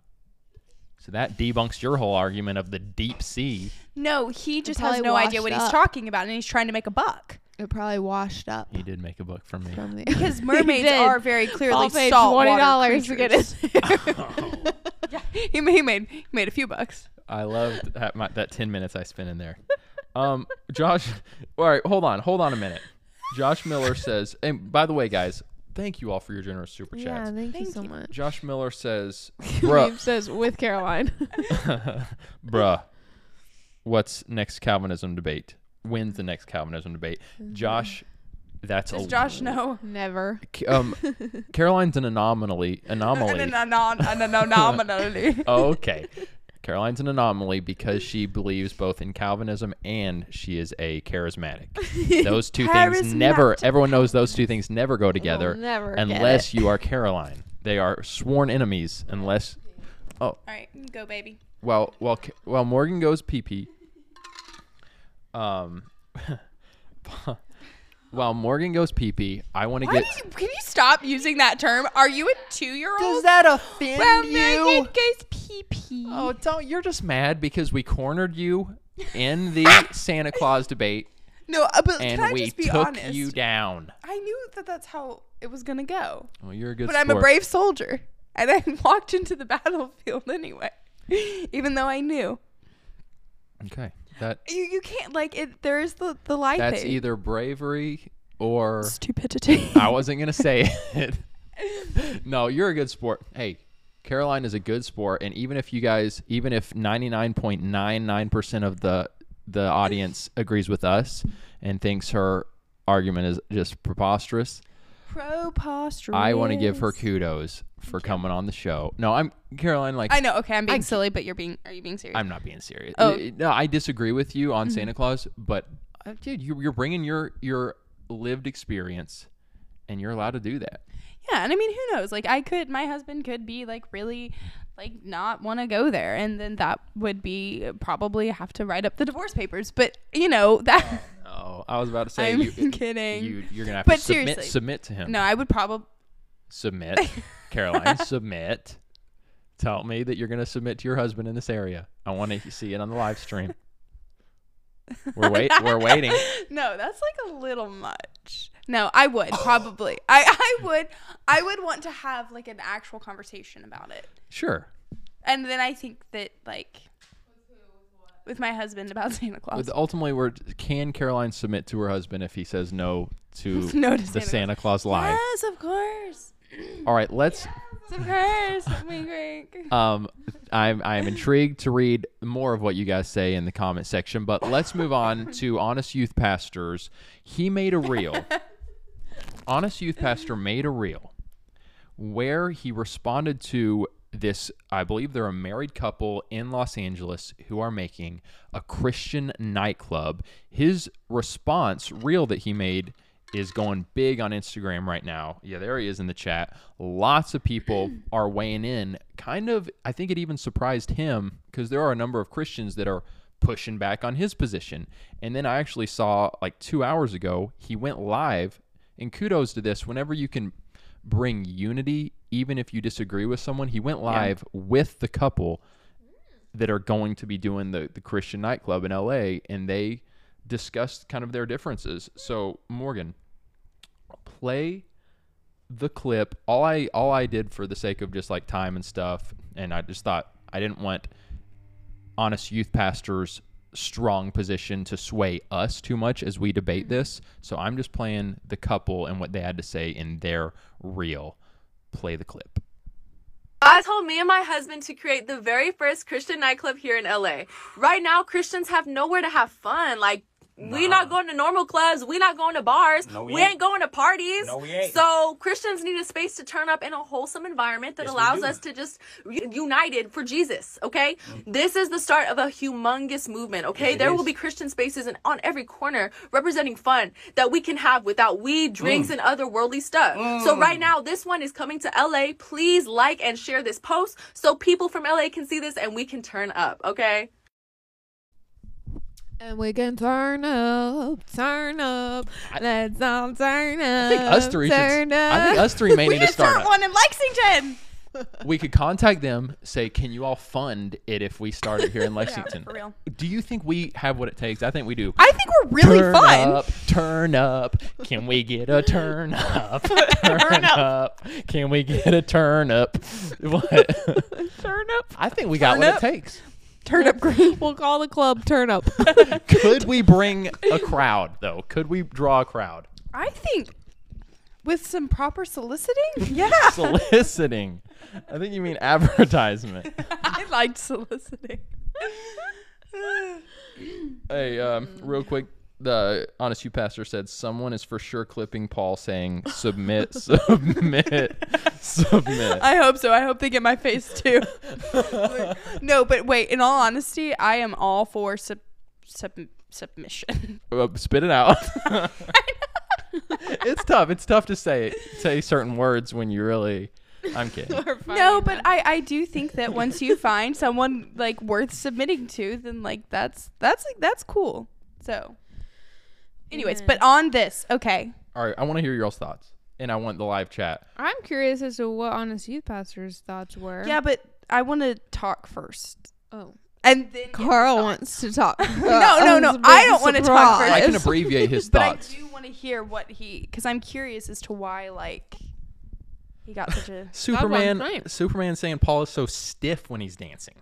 So that debunks your whole argument of the deep sea.
No, he just has
Probably
no idea what
washed
he's
up.
talking about, and he's trying to make a buck.
It probably washed up
He did make a book for me.
from the
Because mermaids
did.
are very clearly
I'll pay
salt
twenty
water
dollars to get
creatures.
it.
He, ma- he made he made a few bucks.
I loved that, my, that 10 minutes I spent in there. Um, Josh, all right, hold on, hold on a minute. Josh Miller says, and by the way, guys, thank you all for your generous super
Yeah,
chats.
thank, you so much.
Josh Miller says,
Gabe
bruh,
says with Caroline.
bruh, what's next Calvinism debate? When's the next Calvinism debate? Josh, that's
Does
a
Josh know?
Never.
Um, Caroline's an anomaly. Anomaly.
Nominally.
okay. Caroline's an anomaly because she believes both in Calvinism and she is a charismatic. Those two things never, everyone knows those two things never go together
never get
unless you are Caroline. They are sworn enemies unless,
All right, go baby.
well, while, Ca- while Morgan goes pee pee, um, while Morgan goes pee pee, I want to
Why
get.
do you, can you stop using that term? Are you a two year old?
offend
well, Megan goes pee pee.
Oh, don't. You're just mad because we cornered you in the Santa Claus debate.
no, uh, but
and
can I
we
just be
took
honest?
you down.
I knew that that's how it was gonna go,
Well, you're a good.
but I'm a brave soldier, and I walked into the battlefield anyway, even though I knew.
Okay. That
You you can't like it. There is the the lie
that's
thing.
either bravery or
Stupidity.
I wasn't gonna say it. no, you're a good sport. Hey, Caroline is a good sport, and even if you guys, even if 99.99% of the the audience agrees with us and thinks her argument is just preposterous,
Preposterous.
I want to give her kudos for coming on the show. No, I'm Caroline. Like
I know. Okay, I'm being silly, but you're being. Are you being serious?
I'm not being serious.
Oh. Mm-hmm.
Uh, No, I disagree with you on Santa Claus, but uh, dude, you, you're bringing your your lived experience, and you're allowed to do that.
yeah, and I mean, who knows? Like, I could. My husband could be like really, like not want to go there, and then that would be probably have to write up the divorce papers. But you know that.
Oh, I was about to say
I'm
you,
kidding.
You, you're gonna have
But
to submit,
seriously.
submit to him.
No, I would probably.
Submit, Caroline. submit. Tell me that you're gonna submit to your husband in this area. I want to see it on the live stream. We're wait. We're waiting.
No, that's like a little much. No, I would probably. I I would. I would want to have like an actual conversation about it.
Sure.
And then I think that like with my husband about Santa Claus.
But ultimately, we're can Caroline submit to her husband if he says no to
No to
the
Santa Claus.
Santa Claus lie?
yes, of course.
All right, let's.
Of course. I mean, Greg.
Um, I'm I'm intrigued to read more of what you guys say in the comment section, but let's move on to Honest Youth Pastors. He made a reel. Honest Youth Pastor made a reel where he responded to this. I believe they're a married couple in Los Angeles who are making a Christian nightclub. His response reel that he made is going big on Instagram right now. Yeah, there he is in the chat. Lots of people are weighing in. Kind of, I think it even surprised him because there are a number of Christians that are pushing back on his position. And then I actually saw like two hours ago, he went live. And kudos to this. Whenever you can bring unity, even if you disagree with someone, he went live with the couple that are going to be doing the, the Christian nightclub in LA and they discussed kind of their differences. So Morgan, play the clip. All I all I did for the sake of just like time and stuff, and I just thought I didn't want honest youth pastors strong position to sway us too much as we debate this. So I'm just playing the couple and what they had to say in their reel. Play the clip.
God told me and my husband to create the very first Christian nightclub here in LA. Right now, Christians have nowhere to have fun. Like, we not going to normal clubs. We not going to bars.
No, we
we
ain't.
ain't. going to parties.
No, we ain't.
So Christians need a space to turn up in a wholesome environment that
Yes, we
allows
do.
us to just u- united for Jesus. Okay, this is the start of a humongous movement. Okay,
Yes, Mm. it
there will
is.
be Christian spaces and on every corner representing fun that we can have without weed, drinks,
Mm.
and other worldly stuff. So
Mm.
right now now this one is coming to LA. Please like and share this post so people from LA can see this and we can turn up, okay?
And we can turn up, turn up.
I-
Let's all turn up.
I think us three should,
turn up.
I think us three may
we
need to
should
start,
start
up.
one in Lexington.
we could contact them, say, can you all fund it if we start it here in Lexington?
for real.
Do you think we have what it takes? I think we do.
I think we're really
turn
fun.
up, turn up. Can we get a turn up? Turn up. Can we get a turn up? What?
turn up.
I think we got
Turn
what
up.
it takes.
Turn up group. We'll call the club turn up.
Could we bring a crowd though? Could we draw a crowd?
I think with some proper soliciting. Yeah,
Soliciting. I think you mean advertisement.
I liked soliciting.
Hey, um, real quick, the honest you pastor said someone is for sure clipping Paul saying submit, submit, submit.
I hope so. I hope they get my face too. no, but wait. In all honesty, I am all for sub, sub submission.
Uh, spit it out. it's tough. It's tough to say say certain words when you really. I'm kidding.
No, but I I do think that once you find someone like worth submitting to, then like that's that's like that's cool. So, anyways, but on this, okay.
All right, I want to hear your all's thoughts, and I want the live chat.
I'm curious as to what Honest Youth Pastor's thoughts were.
Yeah, but I want to talk first,
Oh.
and then
Carl wants to talk.
No, no, no. I don't want to talk
I
first.
can abbreviate his
But I
thoughts.
do want to hear what he, because I'm curious as to why like he got such a.
Superman,
right.
Superman saying Paul is so stiff when he's dancing.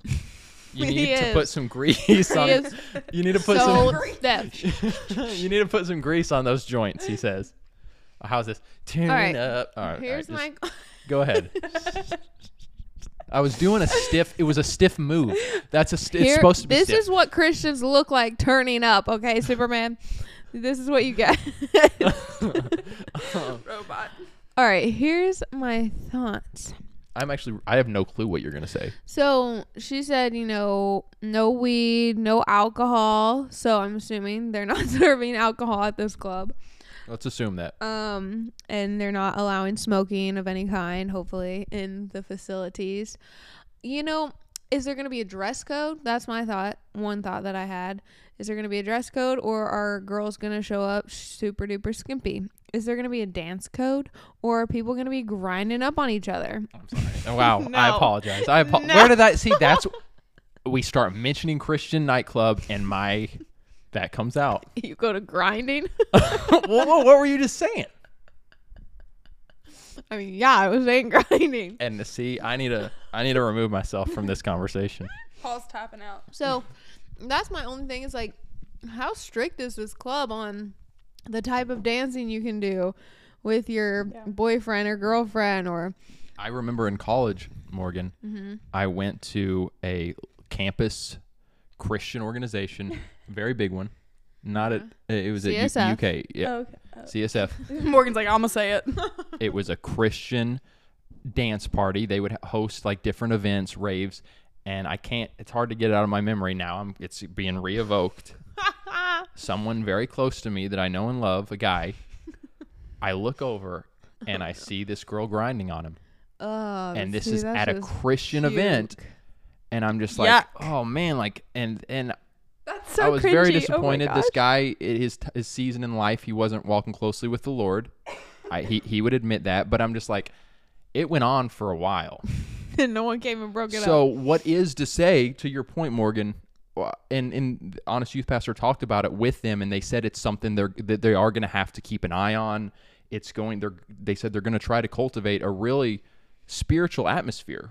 You
He
need to put
is.
some grease
He
on.
is
You need to put
so
some.
stiff.
you need to put some grease on those joints. He says. Oh, How's this? Tune
right.
up. All right. all
Here's
right, just
my-
Go ahead. I was doing a stiff. It was a stiff move. That's a. St- it's
Here-
supposed to be.
This
stiff.
is what Christians look like turning up. Okay, Superman. This is what you get.
Robot.
All right. Here's my thoughts.
I'm actually. I have no clue what you're gonna say.
So she said, you know, no weed, no alcohol. So I'm assuming they're not serving alcohol at this club.
Let's assume that.
Um, and they're not allowing smoking of any kind, hopefully, in the facilities. You know, is there going to be a dress code? That's my thought. One thought that I had. Is there going to be a dress code or are girls going to show up super duper skimpy? Is there going to be a dance code or are people going to be grinding up on each other?
Oh, wow. I
No.
apologize. I apo-
No.
Where did that? See, that's we start mentioning Christian nightclub, and my that comes out.
you go to grinding?
whoa, whoa, what were you just saying?
I mean, yeah, I was saying grinding.
And to see, I need to, I need to remove myself from this conversation.
Paul's tapping out.
So that's my only thing is like, how strict is this club on the type of dancing you can do with your boyfriend or girlfriend or
I remember in college, Morgan,
Mhm.
I went to a campus Christian organization, very big one. Not at it was at U-
CSF.
UK, yeah,
Okay.
CSF.
Morgan's like, I'm gonna say it.
it was a Christian dance party. They would host like different events, raves, and I can't. It's hard to get it out of my memory now. I'm, it's being re-evoked. Someone very close to me that I know and love, a guy. I look over and I see this girl grinding on him,
oh,
and this
see,
is
that's
at a
just
Christian
cute.
event, and I'm just like,
Yuck.
oh man, like, and and
That's Oh
I was very disappointed. this guy, i- his t- his season in life, he wasn't walking closely with the Lord. I, he he would admit that, but I'm just like, it went on for a while.
and no one came and broke it
so
up.
what is to say to your point, Morgan? wh- And and the honest youth pastor talked about it with them, and they said it's something they're that they are going to have to keep an eye on. It's going. They're they said they're going to try to cultivate a really spiritual atmosphere,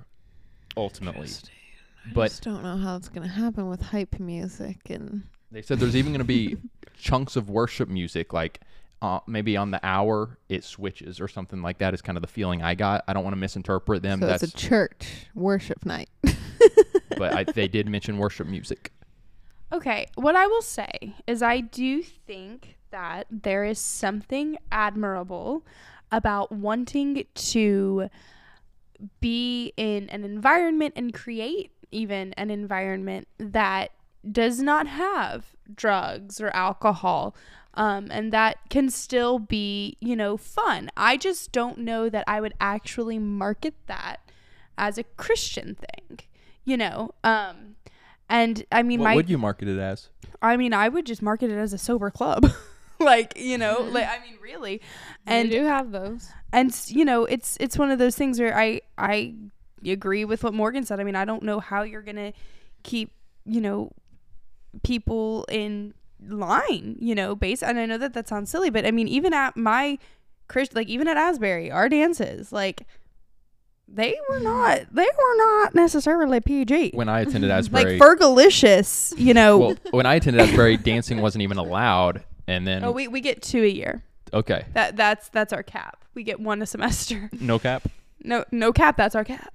ultimately.
I
But
just don't know how it's gonna happen with hype music and
They said there's even going to be chunks of worship music, like uh, maybe on the hour it switches or something like that. Is kind of the feeling I got. I don't want to misinterpret them.
so
Um, That's,
it's a church worship night.
but I, they did mention worship music.
Okay, what I will say is I do think that there is something admirable about wanting to be in an environment and create even an environment that does not have drugs or alcohol um, and that can still be you know fun i just don't know that i would actually market that as a christian thing you know um, and i mean
what
my
would you market it as?
I mean, I would just market it as a sober club. like, you know, like I mean, really. And
do have those.
And you know, it's it's one of those things where I I agree with what Morgan said. I mean, I don't know how you're going to keep, you know, people in line, you know, based and I know that that sounds silly, but I mean, even at my Chris like even at Asbury, our dances, like they were not they were not necessarily PG.
When I attended
like
Asbury,
Fergalicious, you know.
well, when I attended Asbury, dancing wasn't even allowed. And then
Oh, we, we get two a year.
okay,
That that's that's our cap. We get one a semester.
no cap.
No no cap. That's our cap.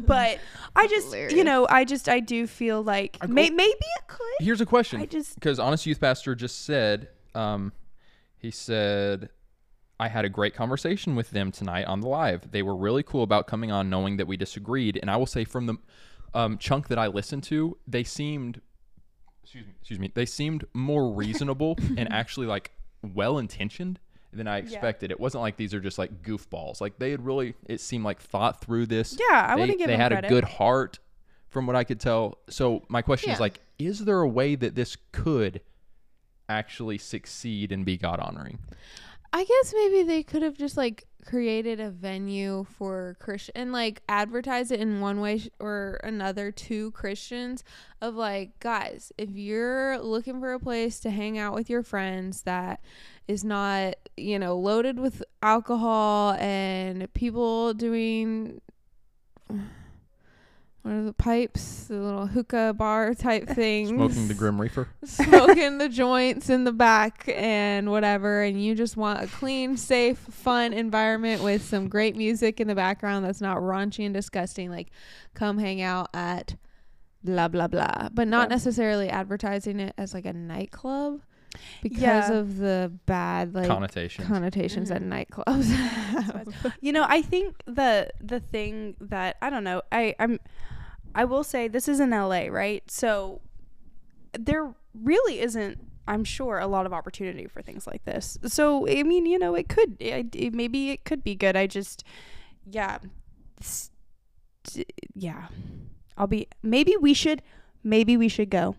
But I just you know I just I do feel like may, maybe it could.
Here's a question.
I just-
because honest youth pastor just said, um, he said, I had a great conversation with them tonight on the live. They were really cool about coming on, knowing that we disagreed. And I will say, from the um, chunk that I listened to, they seemed, excuse me, excuse me, they seemed more reasonable and actually like well intentioned than I expected. It wasn't like these are just like goofballs. Like they had really, it seemed like thought through this.
Yeah, I
They-
wanna give
they
them
had
credit.
a good heart from what I could tell. So my question is
Yeah.
like, is there a way that this could actually succeed and be God honoring?
I guess maybe they could have just like created a venue for Christian and like advertise it in one way sh- or another to Christians of like guys, if you're looking for a place to hang out with your friends that is not, you know, loaded with alcohol and people doing What are the pipes? The little hookah bar type things.
Smoking the Grim Reaper.
Smoking the joints in the back and whatever. And you just want a clean, safe, fun environment with some great music in the background that's not raunchy and disgusting. Like, come hang out at blah, blah, blah. But not necessarily advertising it as like a nightclub because
Yeah.
of the bad, like,
Connotations.
connotations at nightclubs.
you
know, I think the the thing that I don't know, I I'm I will say this is in LA, right? So there really isn't I'm sure a lot of opportunity for things like this. So I mean, you know, it could it, it- maybe it could be good. I just yeah. S- d- yeah. I'll be maybe we should maybe we should go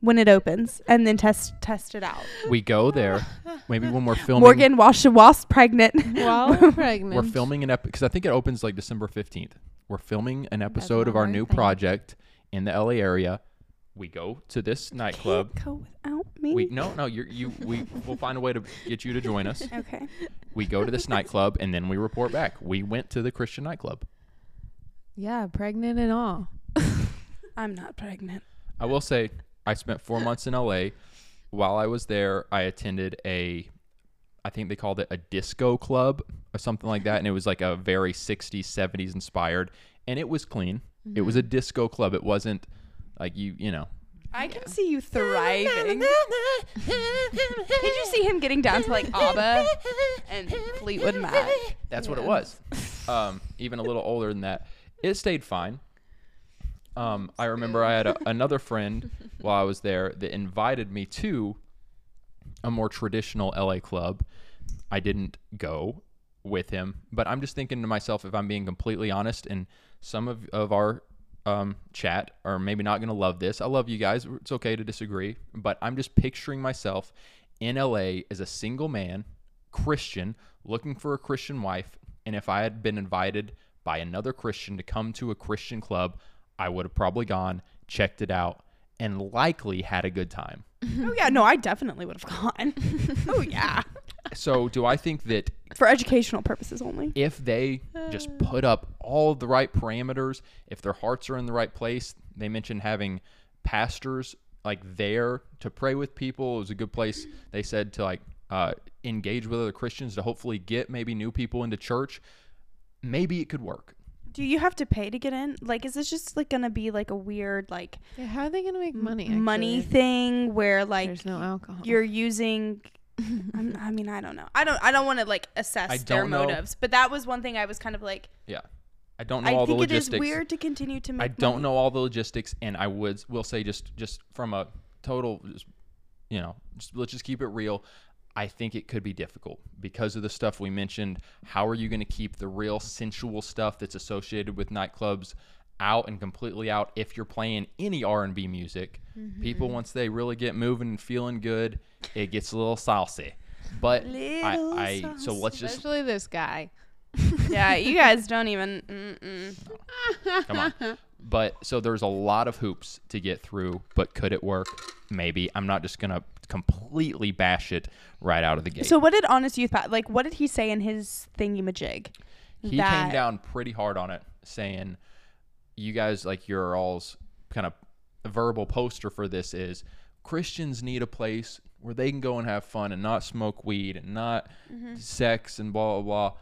when it opens and then test test it out.
We go there. Maybe when we're filming.
Morgan Wash the Wasp pregnant.
While we're pregnant.
We're filming an episode because I think it opens like December 15th. We're filming an episode of our new project in the LA area. We go to this nightclub.
Go without me.
We no no you you we will find a way to get you to join us.
Okay.
We go to this nightclub and then we report back. We went to the Christian nightclub.
yeah, pregnant and all.
I'm not pregnant.
I will say I spent four months in LA. While I was there, I attended a, I think they called it a disco club or something like that, and it was like a very '60s, '70s inspired, and it was clean. It was a disco club. It wasn't like you, you know.
I can see you thriving. Did you see him getting down to like ABBA and Fleetwood Mac?
That's what it was. Um, even a little older than that, it stayed fine. Um, I remember I had a, another friend while I was there that invited me to a more traditional LA club. I didn't go with him, but I'm just thinking to myself, if I'm being completely honest, and some of, of our um, chat are maybe not going to love this. I love you guys. It's okay to disagree, but I'm just picturing myself in LA as a single man, Christian, looking for a Christian wife. And if I had been invited by another Christian to come to a Christian club, I would have probably gone, checked it out, and likely had a good time.
oh yeah, no, I definitely would have gone. oh yeah.
So, do I think that
For educational purposes only.
if they just put up all of the right parameters, if their hearts are in the right place, they mentioned having pastors like there to pray with people. It was a good place. They said to like uh, engage with other Christians to hopefully get maybe new people into church. Maybe it could work.
Do you have to pay to get in? Like, is this just like gonna be like a weird like
Yeah, how are they going to make money?
money
actually?
thing where like
There's no alcohol.
you're using? I'm, I mean, I don't know. I don't. I don't want to like
I
assess their
don't know.
motives, but that was one thing I was kind of like.
Yeah, I don't know
I
all the
think it is
logistics.
weird to continue to make.
I don't know all the logistics, and I would will say just just from a total, just, you know, just, let's just keep it real. I think it could be difficult because of the stuff we mentioned. How are you going to keep the real sensual stuff that's associated with nightclubs out and completely out if you're playing any R&B music?
Mm-hmm.
People once they really get moving and feeling good, it gets a little saucy. But
Little
I, I so let's just
Especially this guy.
yeah, you guys don't even. Mm-mm.
Come on. But so there's a lot of hoops to get through, but could it work? Maybe. I'm not just going to completely bash it right out of the gate.
So, what did Honest Youth Pat like? What did he say in his thingy-majig?
he
that-
came down pretty hard on it, saying, You guys, like, your all's kind of verbal poster for this is Christians need a place where they can go and have fun and not smoke weed and not
Mm-hmm.
sex and blah, blah, blah.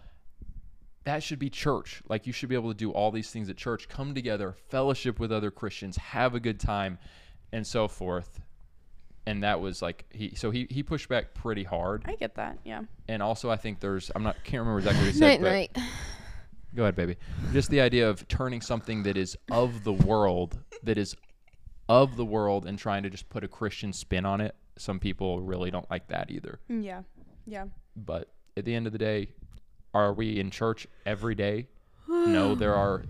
that should be church. Like you should be able to do all these things at church, come together, fellowship with other Christians, have a good time, and so forth. And that was like he so he he pushed back pretty hard.
I get that. Yeah.
And also I think there's I'm not can't remember exactly what he said, but go ahead, baby. Just the idea of turning something that is of the world, that is of the world and trying to just put a Christian spin on it. Some people really don't like that either.
Mm, Yeah. Yeah.
But at the end of the day, are we in church every day? no, there are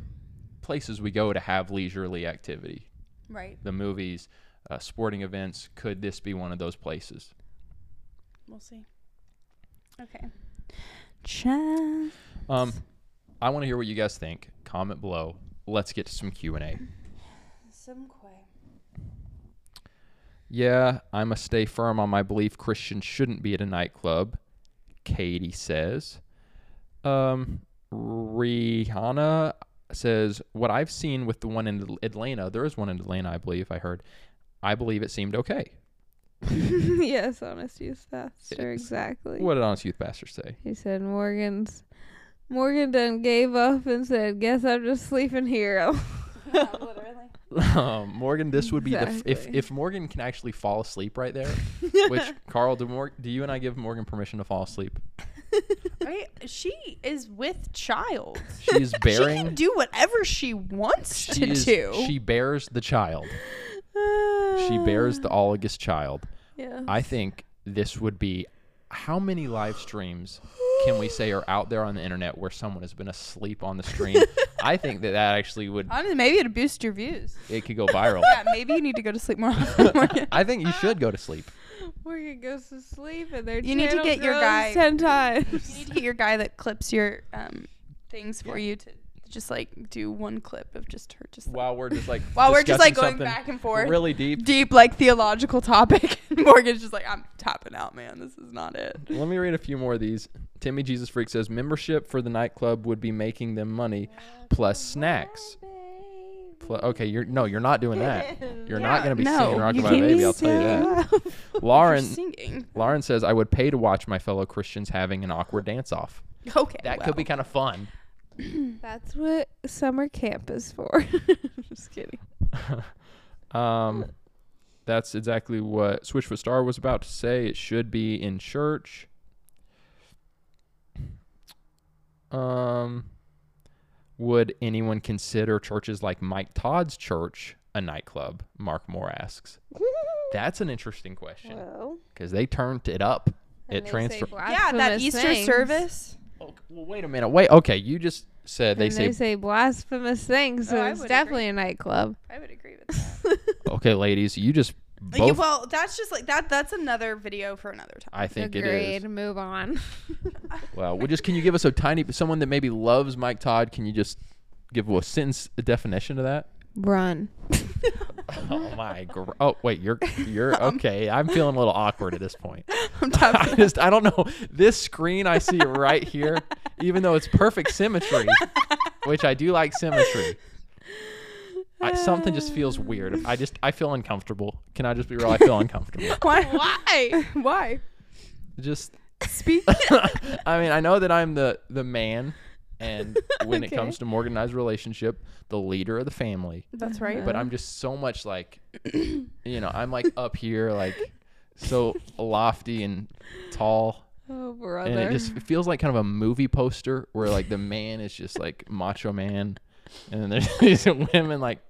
places we go to have leisurely activity.
Right.
The movies, uh, sporting events. Could this be one of those places?
We'll see. Okay. Chat.
Um, I want to hear what you guys think. Comment below. Let's get to some Q and A.
Some quay.
Yeah, I must stay firm on my belief Christians shouldn't be at a nightclub. Katie says. Um, Rihanna, says, What I've seen with the one in Atl- Atlanta, there is one in Atlanta, I believe, I heard. I believe it seemed okay.
yes, honest youth pastor.
It's-
Exactly.
What did Honest Youth Pastor say?
He said Morgan's Morgan done gave up and said, "Guess I'm just sleeping here."
Um, Morgan, this would be the f- if,
Exactly.
if Morgan can actually fall asleep right there, which, Carl, do, Mor- do you and I give Morgan permission to fall asleep?
Right? She is with child.
She is
She
bearing.
can do whatever she wants to
she, is-
do.
she bears the child. she bears the oligous child.
Yes.
I think this would be how many live streams can we say are out there on the internet where someone has been asleep on the stream? I think that that actually would
Honestly, maybe it'd boost your views.
it could go viral.
Yeah, maybe you need to go to sleep more often. Morgan.
I think you should go to sleep.
Morgan goes to sleep and their
You need to
channel
get your
grows
guy.
ten times.
You need to get your guy that clips your um, things for you to just like do one clip of just her just like,
While we're just like
while we're just
discussing
like going
something
back and forth
really deep.
deep like theological topic. And Morgan's just like I'm tapping out, man. This is not it.
Let me read a few more of these. Timmy Jesus Freak says membership for the nightclub would be making them money plus snacks. Pl- okay, you're no, you're not doing that. You're not going to be singing Rock
you
My
can't be
Baby, I'll tell you that. Lauren
singing.
Lauren says I would pay to watch my fellow Christians having an awkward dance off.
Okay,
That
well.
could be kind of fun.
That's what summer camp is for. just kidding.
Um that's exactly what Switchfoot Star was about to say. It should be in church. Um would anyone consider churches like Mike Todd's church a nightclub? Mark Moore asks. That's an interesting question
Well,
because they turned it up.
and
it
they say
transferred.
Yeah, that
blasphemous
Easter
things.
service.
Well, wait a minute. Wait. Okay, you just said
And
they say.
blasphemous things, so
Oh, I
it's
would
definitely a nightclub.
I would agree with that.
okay, ladies, you just
Yeah,
both.
well, that's just like that. That's another video for another time.
I think
Agreed.
it is.
Move on.
Well, we just can you give us a tiny someone that maybe loves Mike Todd? Can you just give a sentence a definition of that?
Run.
Oh my. Gr- oh wait, you're you're okay. I'm feeling a little awkward at this point.
I'm
I
tapping.
just I don't know. This screen I see right here, even though it's perfect symmetry, which I do like symmetry. I, something just feels weird. I just I feel uncomfortable. Can I just be real? I feel uncomfortable.
Why? Why? Why?
Just
Speak.
I mean, I know that I'm the the man and when it comes to an organized relationship, the leader of the family.
That's right.
But I'm just so much like you know, I'm like up here like so lofty and tall.
Oh,
and
brother.
it just it feels like kind of a movie poster where like the man is just like macho man and then there's these women like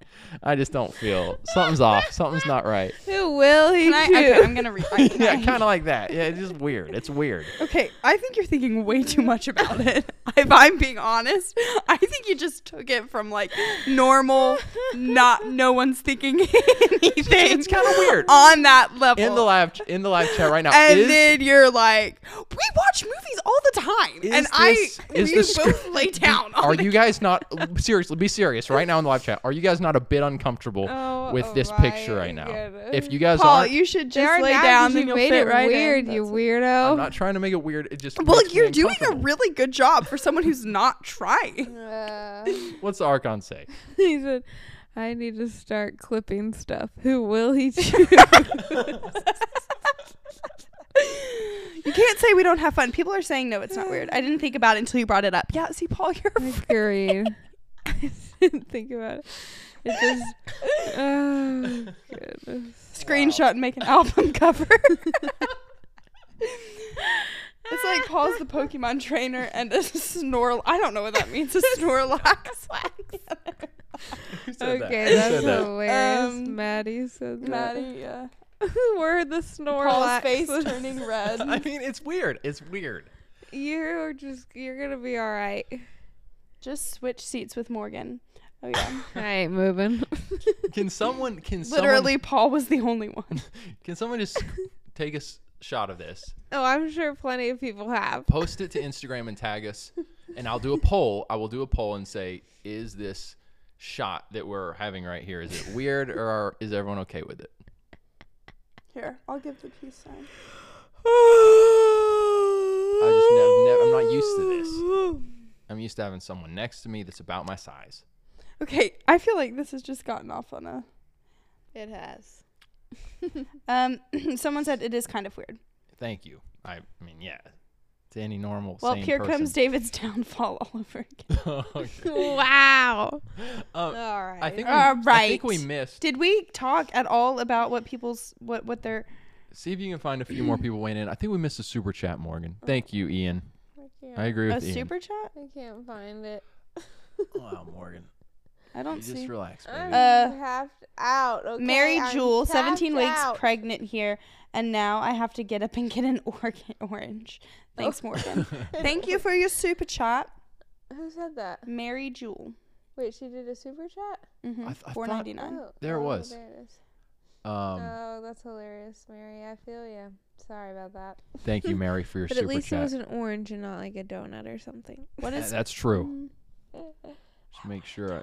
i just don't feel something's off something's not right
Who will he
Can I, okay, I'm gonna read.
yeah kind of like that yeah it's just weird it's weird
Okay, I think you're thinking way too much about it. If I'm being honest, I think you just took it from like normal, not no one's thinking anything.
it's kinda weird.
on that level.
in the live in the live chat right now
and
is,
then you're like, we watch movies all the time,
Is
and I
this-
we
is this sc-
both lay down. On
are
the-
you guys not seriously be serious right now in the live chat are you guys not a bit uncomfortable
Oh,
with this
my
picture right now
goodness.
if you guys
Paul?
aren't
You should
They are
just lay
now 'cause
down,
you
then you'll
made it
fit right
weird,
in.
you
That's-
weirdo.
i'm not trying to make it weird it just
Well,
makes me
you're doing a
uncomfortable.
really good job for someone who's not trying.
Uh,
what's the archon say
he said, I need to start clipping stuff. Who will he choose?
You can't say we don't have fun. People are saying no, it's not weird. I didn't think about it until you brought it up. Yeah, see, Paul, you're
Agreed. I didn't think about it. It just. Oh, goodness.
screenshot and make an album cover. it's like Paul's the Pokemon trainer and a Snorlax. I don't know what that means. A Snorlax.
said that?
Okay,
Who
that's
said that?
hilarious.
Um,
Maddie said that.
Maddie, yeah.
We're the Snorlax.
Paul's face turning red.
i mean it's weird it's weird
You're just. You're gonna be all right.
Just switch seats with Morgan. Oh yeah.
I ain't moving.
can someone can someone
Literally, Paul was the only one.
Can someone just take a s- shot of this,
oh, I'm sure plenty of people have.
post it to Instagram and tag us, and I'll do a poll. I will do a poll and say, is this shot that we're having right here is it weird or are, is everyone okay with it?
Here, I'll give the peace sign.
I just never, never I'm not used to this. I'm used to having someone next to me that's about my size.
Okay, I feel like this has just gotten off on a.
It has.
Um, someone said it is kind of weird.
Thank you. I mean, yeah. To any normal.
Well,
sane
here
person.
comes David's downfall all over again.
Okay.
wow.
Um,
All right.
I think we,
All
I think we
right.
missed.
Did we talk at all about what people's what what their
See if you can find a few more people weighing in. I think we missed a super chat, Morgan. Thank you, Ian. I agree
a
with Ian.
super chat?
I can't find it.
wow, Morgan.
I don't
You just
see.
relax,
I'm
baby.
Uh,
tapped out. Okay?
Mary
I'm
Jewel, seventeen
tapped
weeks
out.
pregnant here, and now I have to get up and get an organ orange. Thanks,
Oh.
Morgan. Thank you for your super chat,
Who said that?
Mary Jewel.
Wait, she did a super chat.
Mm-hmm.
I th- I
Four
thought-
ninety nine.
Oh,
There it
oh,
was.
There it is.
um,
oh, that's hilarious, Mary. I feel you. Sorry about that.
thank you, Mary, for your
But
super
at least
chat.
it was an orange and not like a donut or something.
What
Yeah,
is
that's true. Just make sure I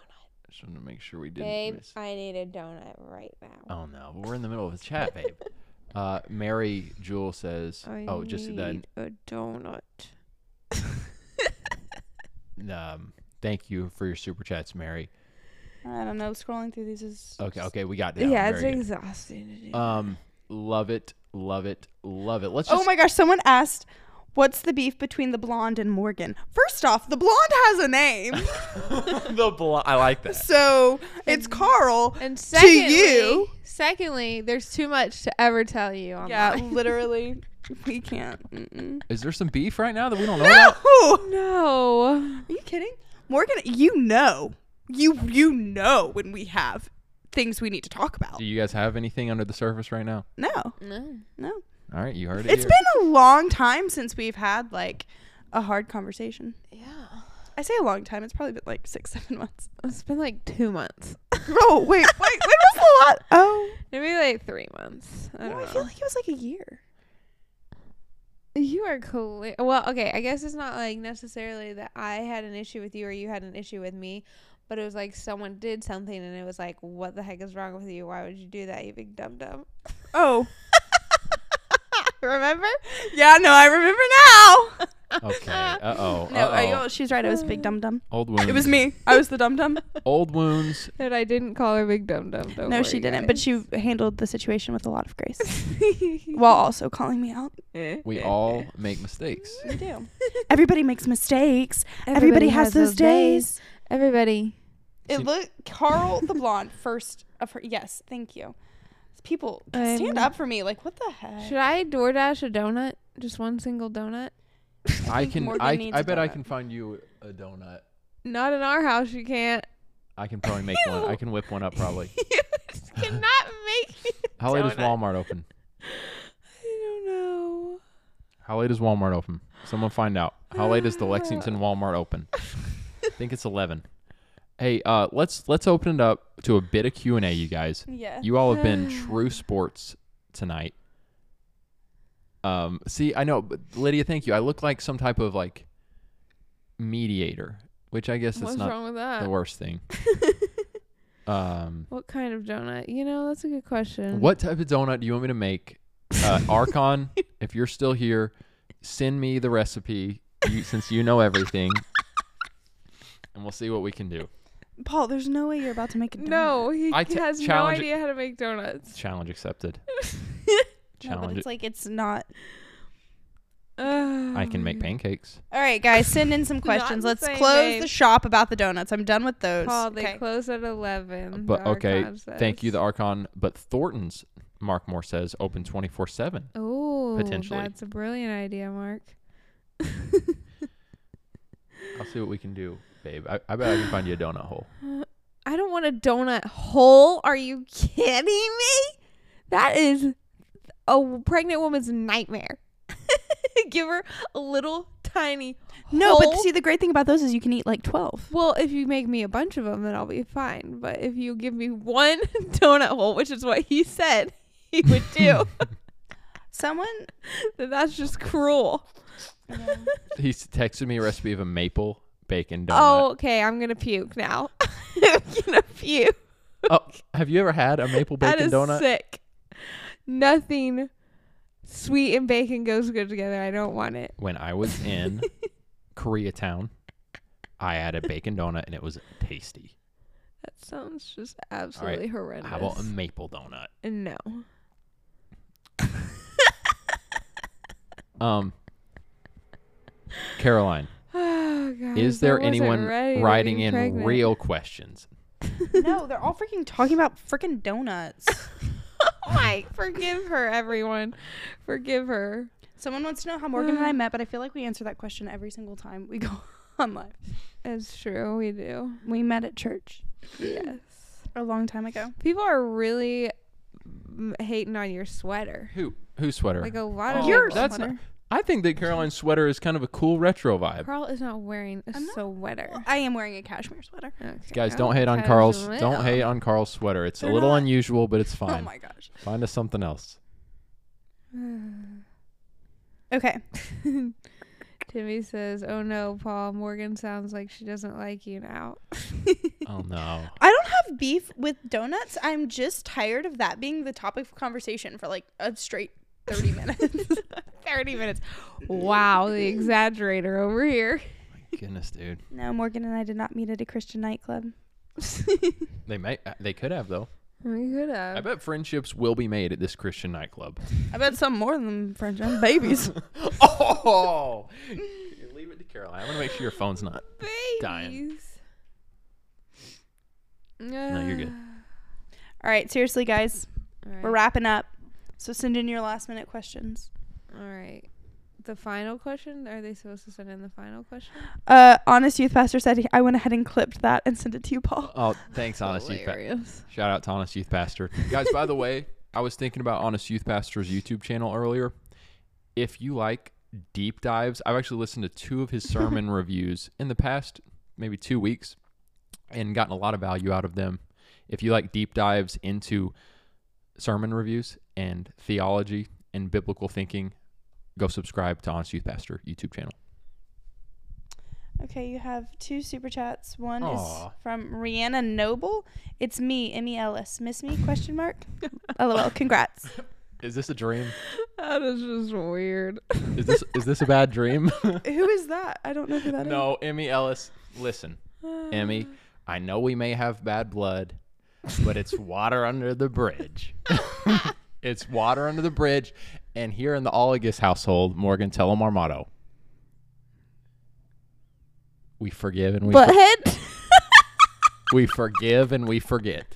just want to make sure we didn't
Babe,
miss.
I need a donut right now.
Oh no, but we're in the middle of a chat, babe. Uh, Mary Jewel says,
I
"Oh, just then.
need a donut.
Um, thank you for your super chats, Mary.
I don't know. Scrolling through these is
Okay, okay, we got
Yeah,
that.
it's
Very good.
exhausting to do.
Um, love it, love it, love it. Let's just.
Oh my gosh! Someone asked, "What's the beef between the blonde and Morgan?" First off, the blonde has a name,
the bl- I like that.
so it's Carl.
and
to
secondly,
you-
secondly, there's too much to ever tell you. Online.
Yeah, literally, we can't. Mm-mm.
Is there some beef right now that we don't know
No,
about?
are
No.
you kidding, Morgan? You know, you you know when we have things we need to talk about.
Do you guys have anything under the surface right now?
No,
No.
no,
All right, you heard it.
it's
here.
been a long time since we've had like a hard conversation.
Yeah.
I say a long time; it's probably been like six, seven months.
It's been like two months.
Oh wait, wait, when was the lot? Oh,
Maybe like three months. I
no,
don't
I
know.
feel like it was like a year.
You are clear. Well, okay. I guess it's not like necessarily that I had an issue with you or you had an issue with me, but it was like someone did something and it was like, what the heck is wrong with you? Why would you do that, you big dum dum?
Oh,
Remember?
yeah, no, I remember now.
Okay. Uh oh.
No,
uh
I, oh, she's right. It was Big Dum Dum.
Old wounds.
It was me. I was the Dum Dum.
Old wounds.
That I didn't call her big dum dum. Don't
No, she didn't. But she handled the situation with a lot of grace, while also calling me out.
We all make mistakes.
We do. Everybody makes mistakes. Everybody, has, those days.
Everybody.
See-
It look Carl the blonde first. Of her, yes, thank you. People stand
I'm-
up for me. Like what the heck?
Should I DoorDash a donut? Just one single donut?
I
think
can.
Morgan
I.
needs
I
a
bet I
donut.
can find you a donut.
Not in our house. You can't.
I can probably make one. I can whip one up probably.
you just cannot make. Me a
How late is
donut.
Walmart open?
I don't know.
How late is Walmart open? Someone find out. How late
Uh.
is the Lexington Walmart open? I think it's eleven. Hey, uh, let's let's open it up to a bit of Q and A, you guys.
Yeah.
You all have been true sports tonight. Um, see, I know, but Lydia, thank you. I look like some type of like mediator, which I guess
What's
is not
wrong with
the
that?
worst thing. um,
What kind of donut? You know, that's a good question.
what type of donut do you want me to make? Uh, Archon, if you're still here, send me the recipe you, since you know everything, and we'll see what we can do.
Paul, there's no way you're about to make a donut.
No, he
I t-
has no
challenge-
idea how to make donuts.
Challenge accepted.
No, but
Challenge.
it's like it's not.
I can make pancakes.
All right, guys, send in some questions.
the
Let's
same,
close
babe.
the shop about the donuts. I'm done with those.
Paul, they
Okay.
close at eleven.
But
the
okay,
archive says.
thank you, the Archon. But Thornton's Mark Moore says open twenty four seven.
Oh,
potentially.
that's a brilliant idea, Mark.
I'll see what we can do, babe. I, I bet I can find you a donut hole.
I don't want a donut hole. Are you kidding me? That is a pregnant woman's nightmare. Give her a little tiny.
No, but
hole.
see, the great thing about those is you can eat like 12.
Well, if you make me a bunch of them, then I'll be fine. But if you give me one donut hole, which is what he said he would do,
Someone,
then that's just cruel.
He's texted me a recipe of a maple bacon
Oh,
donut.
okay. I'm gonna puke now. I'm gonna puke.
Oh, have you ever had a maple
That
bacon
is
donut?
sick. Nothing sweet and bacon goes good together. I don't want it.
when I was in Koreatown, I had a bacon donut and it was tasty.
That sounds just
All right,
absolutely horrendous.
How about a maple donut?
no.
Um, Caroline,
Oh, God,
is there
I wasn't
anyone
ready to
writing
be
in
pregnant.
real questions?
no, they're all freaking talking about freaking donuts.
Mike, Oh forgive her, everyone. Forgive her.
Someone wants to know how Morgan and I met, but I feel like we answer that question every single time we go on live.
It's true. We do.
We met at church
Yes.
a long time ago.
People are really mm, hating on your sweater.
Who whose sweater?
Like a lot of
Your
people-
Oh, That's not, I think that Caroline's sweater is kind of a cool retro vibe.
Carl is not wearing a sweater.
I am wearing a cashmere sweater.
Guys, don't hate on Carl's. Don't hate on Carl's sweater. It's a little unusual, but it's fine.
Oh my gosh.
Find us something else.
Okay.
Timmy says, "Oh no, Paul. Morgan sounds like she doesn't like you now."
Oh no.
I don't have beef with donuts. I'm just tired of that being the topic of conversation for like a straight 30 minutes.
30 minutes. Wow, the exaggerator over here.
Goodness, dude.
no, Morgan and I did not meet at a Christian nightclub.
They may. uh, They could have though.
We could have.
I bet friendships will be made at this Christian nightclub.
I bet some more than French and babies.
oh. Leave it to Caroline. I'm gonna make sure your phone's not dying.
Babies.
No, you're good.
All right, seriously, guys,
All right.
we're wrapping up. So send in your last minute questions.
Uh, All right. The final question? Are they supposed to send in the final question?
Uh, honest youth pastor said he, I went ahead and clipped that and sent it to you, Paul.
Oh, thanks, honest youth. Pa- Shout out to Honest Youth Pastor. Guys, by the way, I was thinking about Honest Youth Pastor's YouTube channel earlier. If you like deep dives, I've actually listened to two of his sermon reviews in the past maybe two weeks and gotten a lot of value out of them. If you like deep dives into sermon reviews and theology and biblical thinking, go subscribe to Honest Youth Pastor YouTube channel.
Okay, you have two super chats. One
Aw.
is from Rihanna Noble. It's me, Emmy Ellis. Miss me? Question mark. LOL. Congrats.
Is this a dream?
That is just weird.
Is this is this a bad dream?
who is that? I don't know who that is.
No, Emmy Ellis, listen. Emmy, I know we may have bad blood, but it's water under the bridge. it's water under the bridge. And here in the Oligus household, Morgan, tell them our motto. We forgive and we, for-
Butthead?
we forgive and we forget.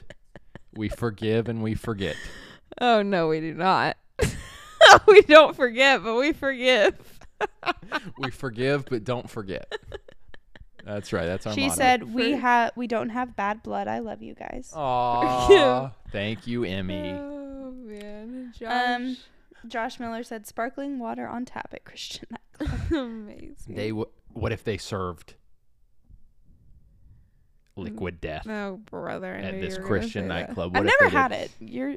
We forgive and we forget.
oh, no, we do not. we don't forget, but we forgive.
We forgive but don't forget. That's right. That's our
She
motto.
said we have we don't have bad blood. I love you guys.
Aw, thank you, Emmy.
Oh, man.
Um, Josh Miller said sparkling water on tap at Christian nightclub.
Amazing.
They w- what if they served liquid death
No, brother. I
at
knew
this
you were gonna
Christian
say that.
nightclub?
I've
What if
never
they
had
did?
it. You're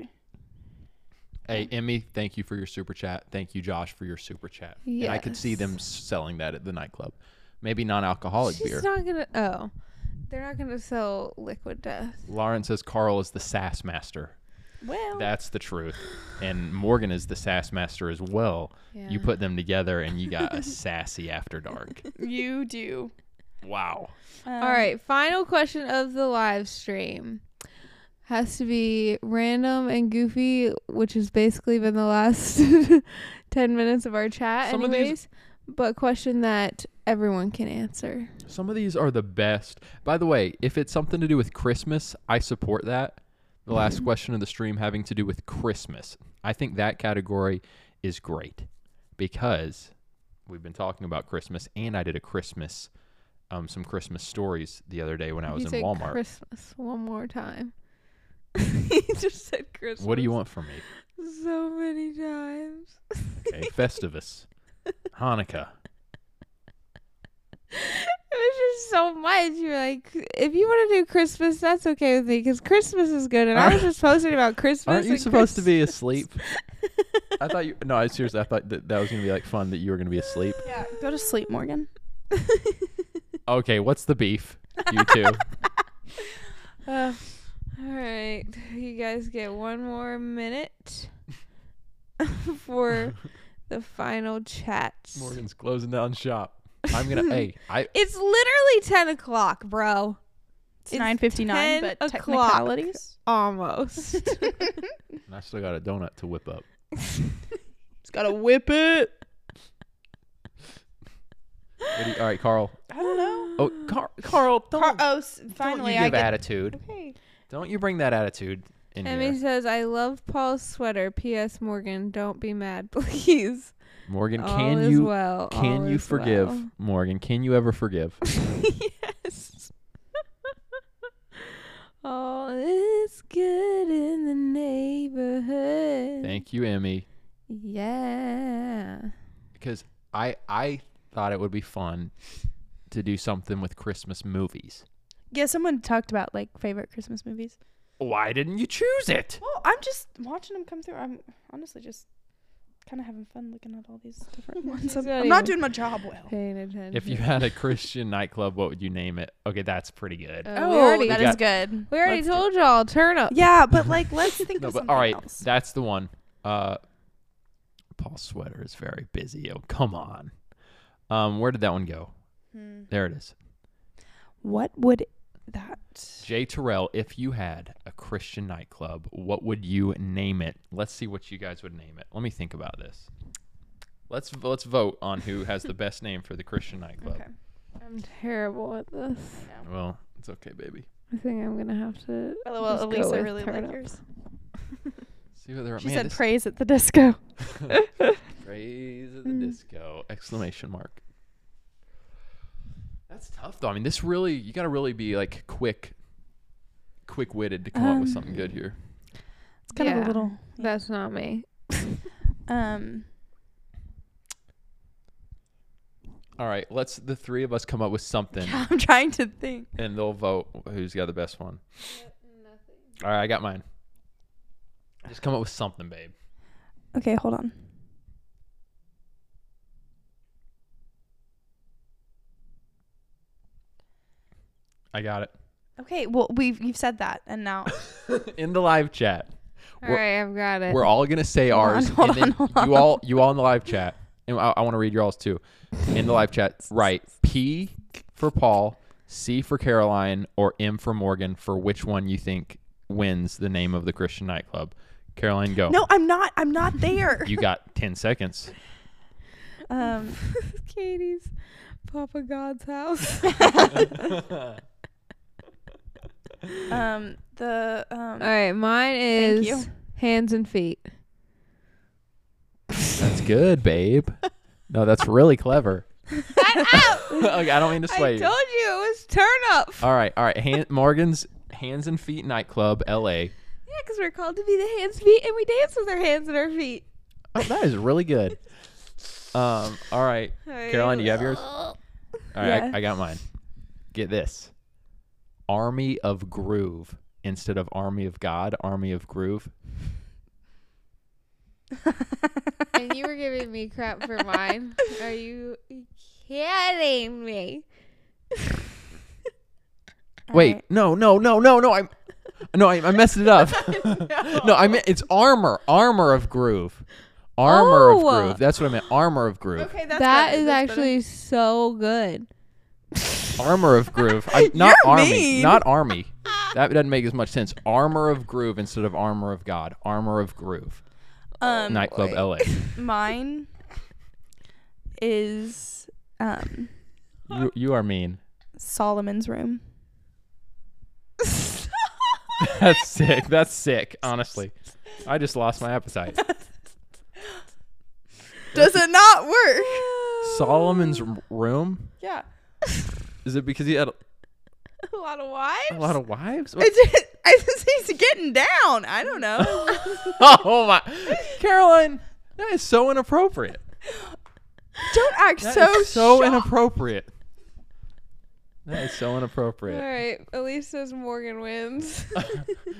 Hey, Emmy, thank you for your super chat. Thank you, Josh, for your super chat. And I could see them s- selling that at the nightclub. Maybe non-alcoholic
She's
beer.
not gonna. Oh, they're not gonna sell liquid death.
Lauren says Carl is the sass master.
well.
That's the truth. And Morgan is the sass master as well. You put them together and you got a sassy after dark.
you do. Um,
Wow.
All right, final question of the live stream has to be random and goofy, which has basically been the last ten minutes of our chat,
Some of these-
anyways. But question that everyone can answer.
Some of these are the best. By the way, if it's something to do with Christmas, I support that. The last question of the stream having to do with Christmas. I think that category is great because we've been talking about Christmas and I did a Christmas um some Christmas stories the other day when I was
you
in
said
Walmart.
Christmas one more time. he just said Christmas.
what do you want from me?
So many times.
Okay, Festivus. Hanukkah.
It was just so much. You're like, if you want to do Christmas, that's okay with me because Christmas is good. And I was just posting about Christmas.
Aren't you
and
supposed to
Christ-
be asleep? I thought you No, I seriously I thought that, that was going to be like fun that you were going to be asleep.
Yeah. Go to sleep, Morgan.
Okay, what's the beef? You two.
All right, you guys get one more minute for the final chats.
Morgan's closing down shop. I'm gonna. hey, I
It's literally ten o'clock, bro.
It's, 9:59,
10
but
o'clock.
technicalities.
Almost.
And I still got a donut to whip up.
It's got to whip it.
What do you- all right, Carl.
I don't know.
Oh, Car- Carl, don't,
Car- oh, s-
don't
finally
you
I
give
get
attitude.
Okay.
Don't you bring that attitude in
Emmy
here.
says, "I love Paul's sweater." P.S. Morgan, don't be mad, please.
Morgan,
All
can
is
you
well,
can
all
you
is
forgive
well.
Morgan? Can you ever forgive?
yes. All is good in the neighborhood.
Thank you, Emmy,
Yeah.
because I I thought it would be fun to do something with Christmas movies.
Yeah, someone talked about like favorite Christmas movies.
Why didn't you choose it?
Well, I'm just watching them come through. I'm honestly just kind of having fun looking at all these different ones. I'm,
not
I'm not
even
doing my job well.
Paying attention.
If you had a Christian nightclub, what would you name it? Okay, that's pretty good.
Uh, we already,
that is
good.
we already told y'all, turn up.
Yeah, but like, let's think
No,
of
but
something
all right,
else.
that's the one. Uh, Paul Sweater is very busy. Oh, come on. Um, where did that one go?
Hmm.
There it is.
What would that?
Jay Terrell, if you had a Christian nightclub, what would you name it? Let's see what you guys would name it. Let me think about this. Let's let's vote on who has the best name for the Christian nightclub.
Okay.
I'm terrible at this.
Well, it's okay, baby.
I think I'm gonna have to.
Well,
just go
Elise, I
with
really
turn
like
up.
yours.
See what they're
She
man,
said
this-
praise at the disco.
Praise of the disco! Exclamation mark. That's tough though. I mean, this really you got to really be like quick, quick witted to come up with
Um,
something good here.
It's kind of
Yeah.
a little.
That's not me.
Um,
All right, let's the three of us come up with something,
I'm trying to think.
and they'll vote who's got the best one. All right, I got mine. Just come up with something, babe.
Okay, hold on.
I got
Okay, well we've you've said that, and now
it in the live chat.
All
We're-
right, I've got it.
We're all gonna say
Hold
ours,
on, hold
and then
on, hold
you
on.
all, you all in the live chat, and I, I want to read yours too, in the live chat. Right, P for Paul, C for Caroline, or M for Morgan. For which one you think wins the name of the Christian nightclub? Caroline, go.
no, I'm not. I'm not there.
You got ten seconds.
um,
Katie's Papa God's house.
um, the um.
all right, mine
Thank you.
is hands and feet.
That's good, babe. No, that's really clever. okay, I don't mean to sway
I
you.
told you it was turn up.
All right, all right. Han- Morgan's Hands and Feet Nightclub, L.A.
Yeah, because we're called to be the hands and feet, and we dance with our hands and our feet.
Oh, that is really good. Um, all right, Caroline, do you have yours? All
All
right,
Yeah.
I, I got mine. Get this. Army of Groove instead of Army of God, Army of Groove.
and you were giving me crap for mine. Are you kidding me?
Wait, no, no, no, no, no. I No, I, I messed it up. no, I meant it's armor, armor of groove. Armor
Oh.
of groove. That's what I meant. Armor of groove.
Okay, that's
That
better,
is
that's better.
actually so good.
Armor of groove. I, not
You're
army.
mean.
Not army. That doesn't make as much sense. Armor of groove instead of armor of God. Armor of groove.
um
Nightclub LA.
mine is um
You, you are mean.
Solomon's room.
That's sick. That's sick. Honestly, I just lost my appetite.
Does it not work?
Solomon's r- room.
yeah.
Is it because he had
A lot of wives?
a lot of wives? What-
It's, it, it's, he's getting down. I don't know.
oh my, Caroline, that is so inappropriate.
don't act
That
so
is so
shocked.
inappropriate. That is so
All
inappropriate.
right, Elise says Morgan wins.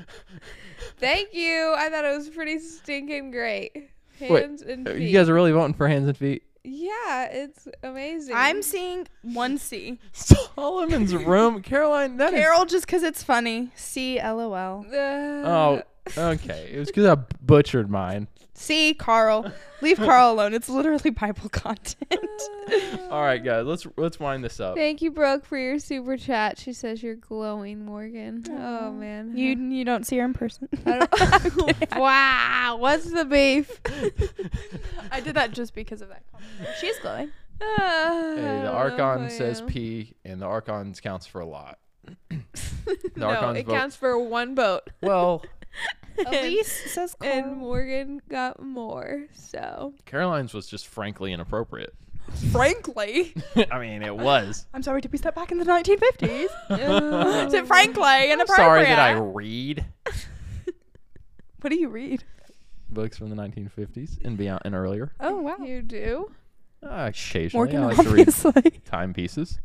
Thank you. I thought it was pretty stinking great.
Wait,
Hands and
Uh,
feet.
You guys are really voting for hands and feet.
yeah, it's amazing.
I'm seeing one C.
Solomon's room, Caroline. That is.
Carol just because it's funny. C L O L.
Uh,
Oh, okay. It was because I butchered mine.
See, Carl, leave Carl alone. It's literally Bible content.
All right, guys, let's let's wind this up.
Thank you, Brooke, for your super chat. She says you're glowing, Morgan. Oh man.
You you don't see her in person.
wow. What's the beef?
I did that just because of that. Comment. She's glowing.
Hey, Uh, the
Oh,
Archon says P, and the Archons counts for a lot. the
no, it counts for one vote.
Well,
Elise says
And Morgan got more. So
Caroline's was just frankly inappropriate.
frankly.
I mean, it was.
I'm sorry, did we step back in the 1950s?
I'm
Is it frankly inappropriate?
sorry that I read
What do you read?
books from the 1950s and beyond and earlier.
Oh wow.
you do.
Uh, occasionally,
Morgan
I like to read
obviously.
timepieces.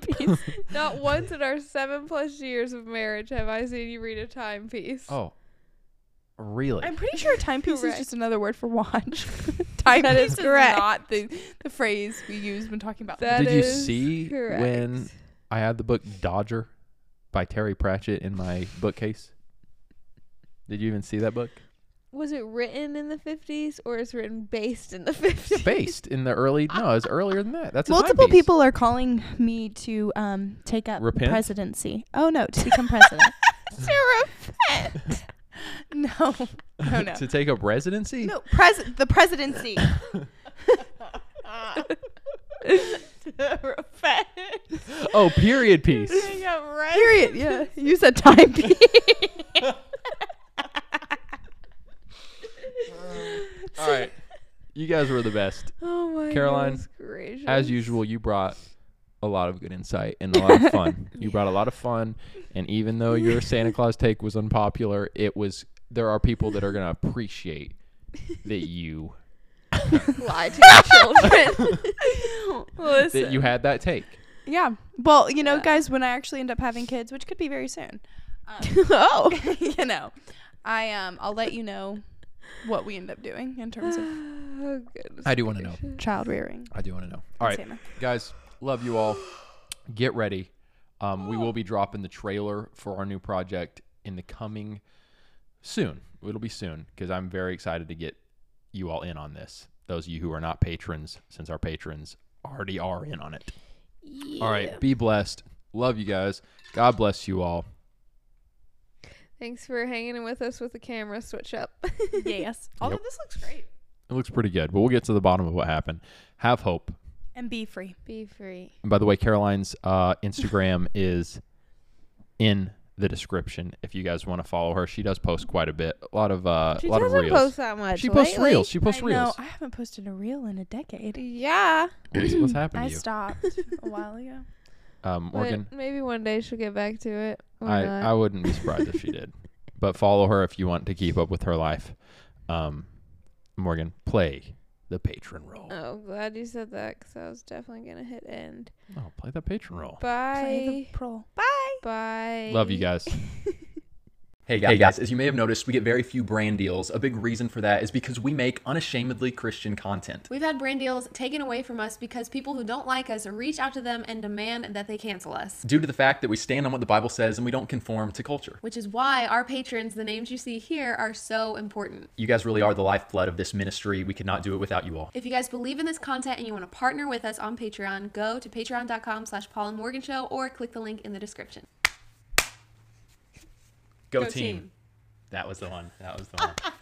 peace.
Not once in our seven plus years of marriage have I seen you read a timepiece.
Oh, really?
I'm pretty sure timepiece is
Correct.
just another word for watch. timepiece is not the, the phrase we use when talking about
That
Did you
is
see
correct.
when I had the book Dodger by Terry Pratchett in my bookcase? Did you even see that book?
Was it written in the fifties or is it written based in the fifties?
Based in the early no, it's earlier than that. That's a
Multiple
timepiece.
people are calling me to um, take up the
Repent?
presidency. Oh no, to become president. no, no, Oh, no,
to take up residency.
no. Pres the presidency.
Oh, period piece.
Period. Yeah, you said time.
All right, you guys were the best.
Oh my
Caroline,
goodness gracious.
As usual, you brought a lot of good insight and a lot of fun. You brought a lot of fun, and even though your Santa Claus take was unpopular, it was. There are people that are gonna appreciate that you
lie to your children. Listen.
that you had that take.
yeah. Well, you know, guys, when I actually end up having kids, which could be very soon, um,
oh.
you know, I um, I'll let you know what we end up doing in terms of
oh goodness.
I do want to know.
child rearing.
I do want to know. All right,
Santa.
guys, love you all. Get ready. Um, We will be dropping the trailer for our new project in the coming soon. It'll be soon because I'm very excited to get you all in on this. Those of you who are not patrons, since our patrons already are in on it. All right, be blessed. Love you guys. God bless you all.
Thanks for hanging with us with the camera switch up.
Yes. Although this looks great.
It looks pretty good, but we'll get to the bottom of what happened. Have hope.
And be free.
Be free.
And by the way, Caroline's uh, Instagram is in the description if you guys want to follow her. She does post quite a bit, a lot of uh,
She
a lot of
doesn't
reels.
post that much.
she posts
lately.
reels. She posts reels.
I haven't posted a reel in a decade.
Yeah.
What's, what's happened
I
to you,
stopped a while ago.
um,
but
Morgan?
Maybe one day she'll get back to it. or
I,
not.
I wouldn't be surprised if she did, but follow her if you want to keep up with her life. Um, Morgan, play the patron role.
Oh, glad you said that because I was definitely going to hit end.
Oh, play the patron role.
Bye.
pro.
Bye.
Love you guys. Hey guys. as you may have noticed, we get very few brand deals. A big reason for that is because we make unashamedly Christian content.
We've had brand deals taken away from us because people who don't like us reach out to them and demand that they cancel us.
due to the fact that we stand on what the Bible says and we don't conform to culture.
Which is why our patrons, the names you see here, are so important.
You guys really are the lifeblood of this ministry. We could not do it without you all.
If you guys believe in this content and you want to partner with us on Patreon, go to patreon.com slash Paul and Morgan Show or click the link in the description.
Go,
Go
team.
team.
That was the one. That was the one.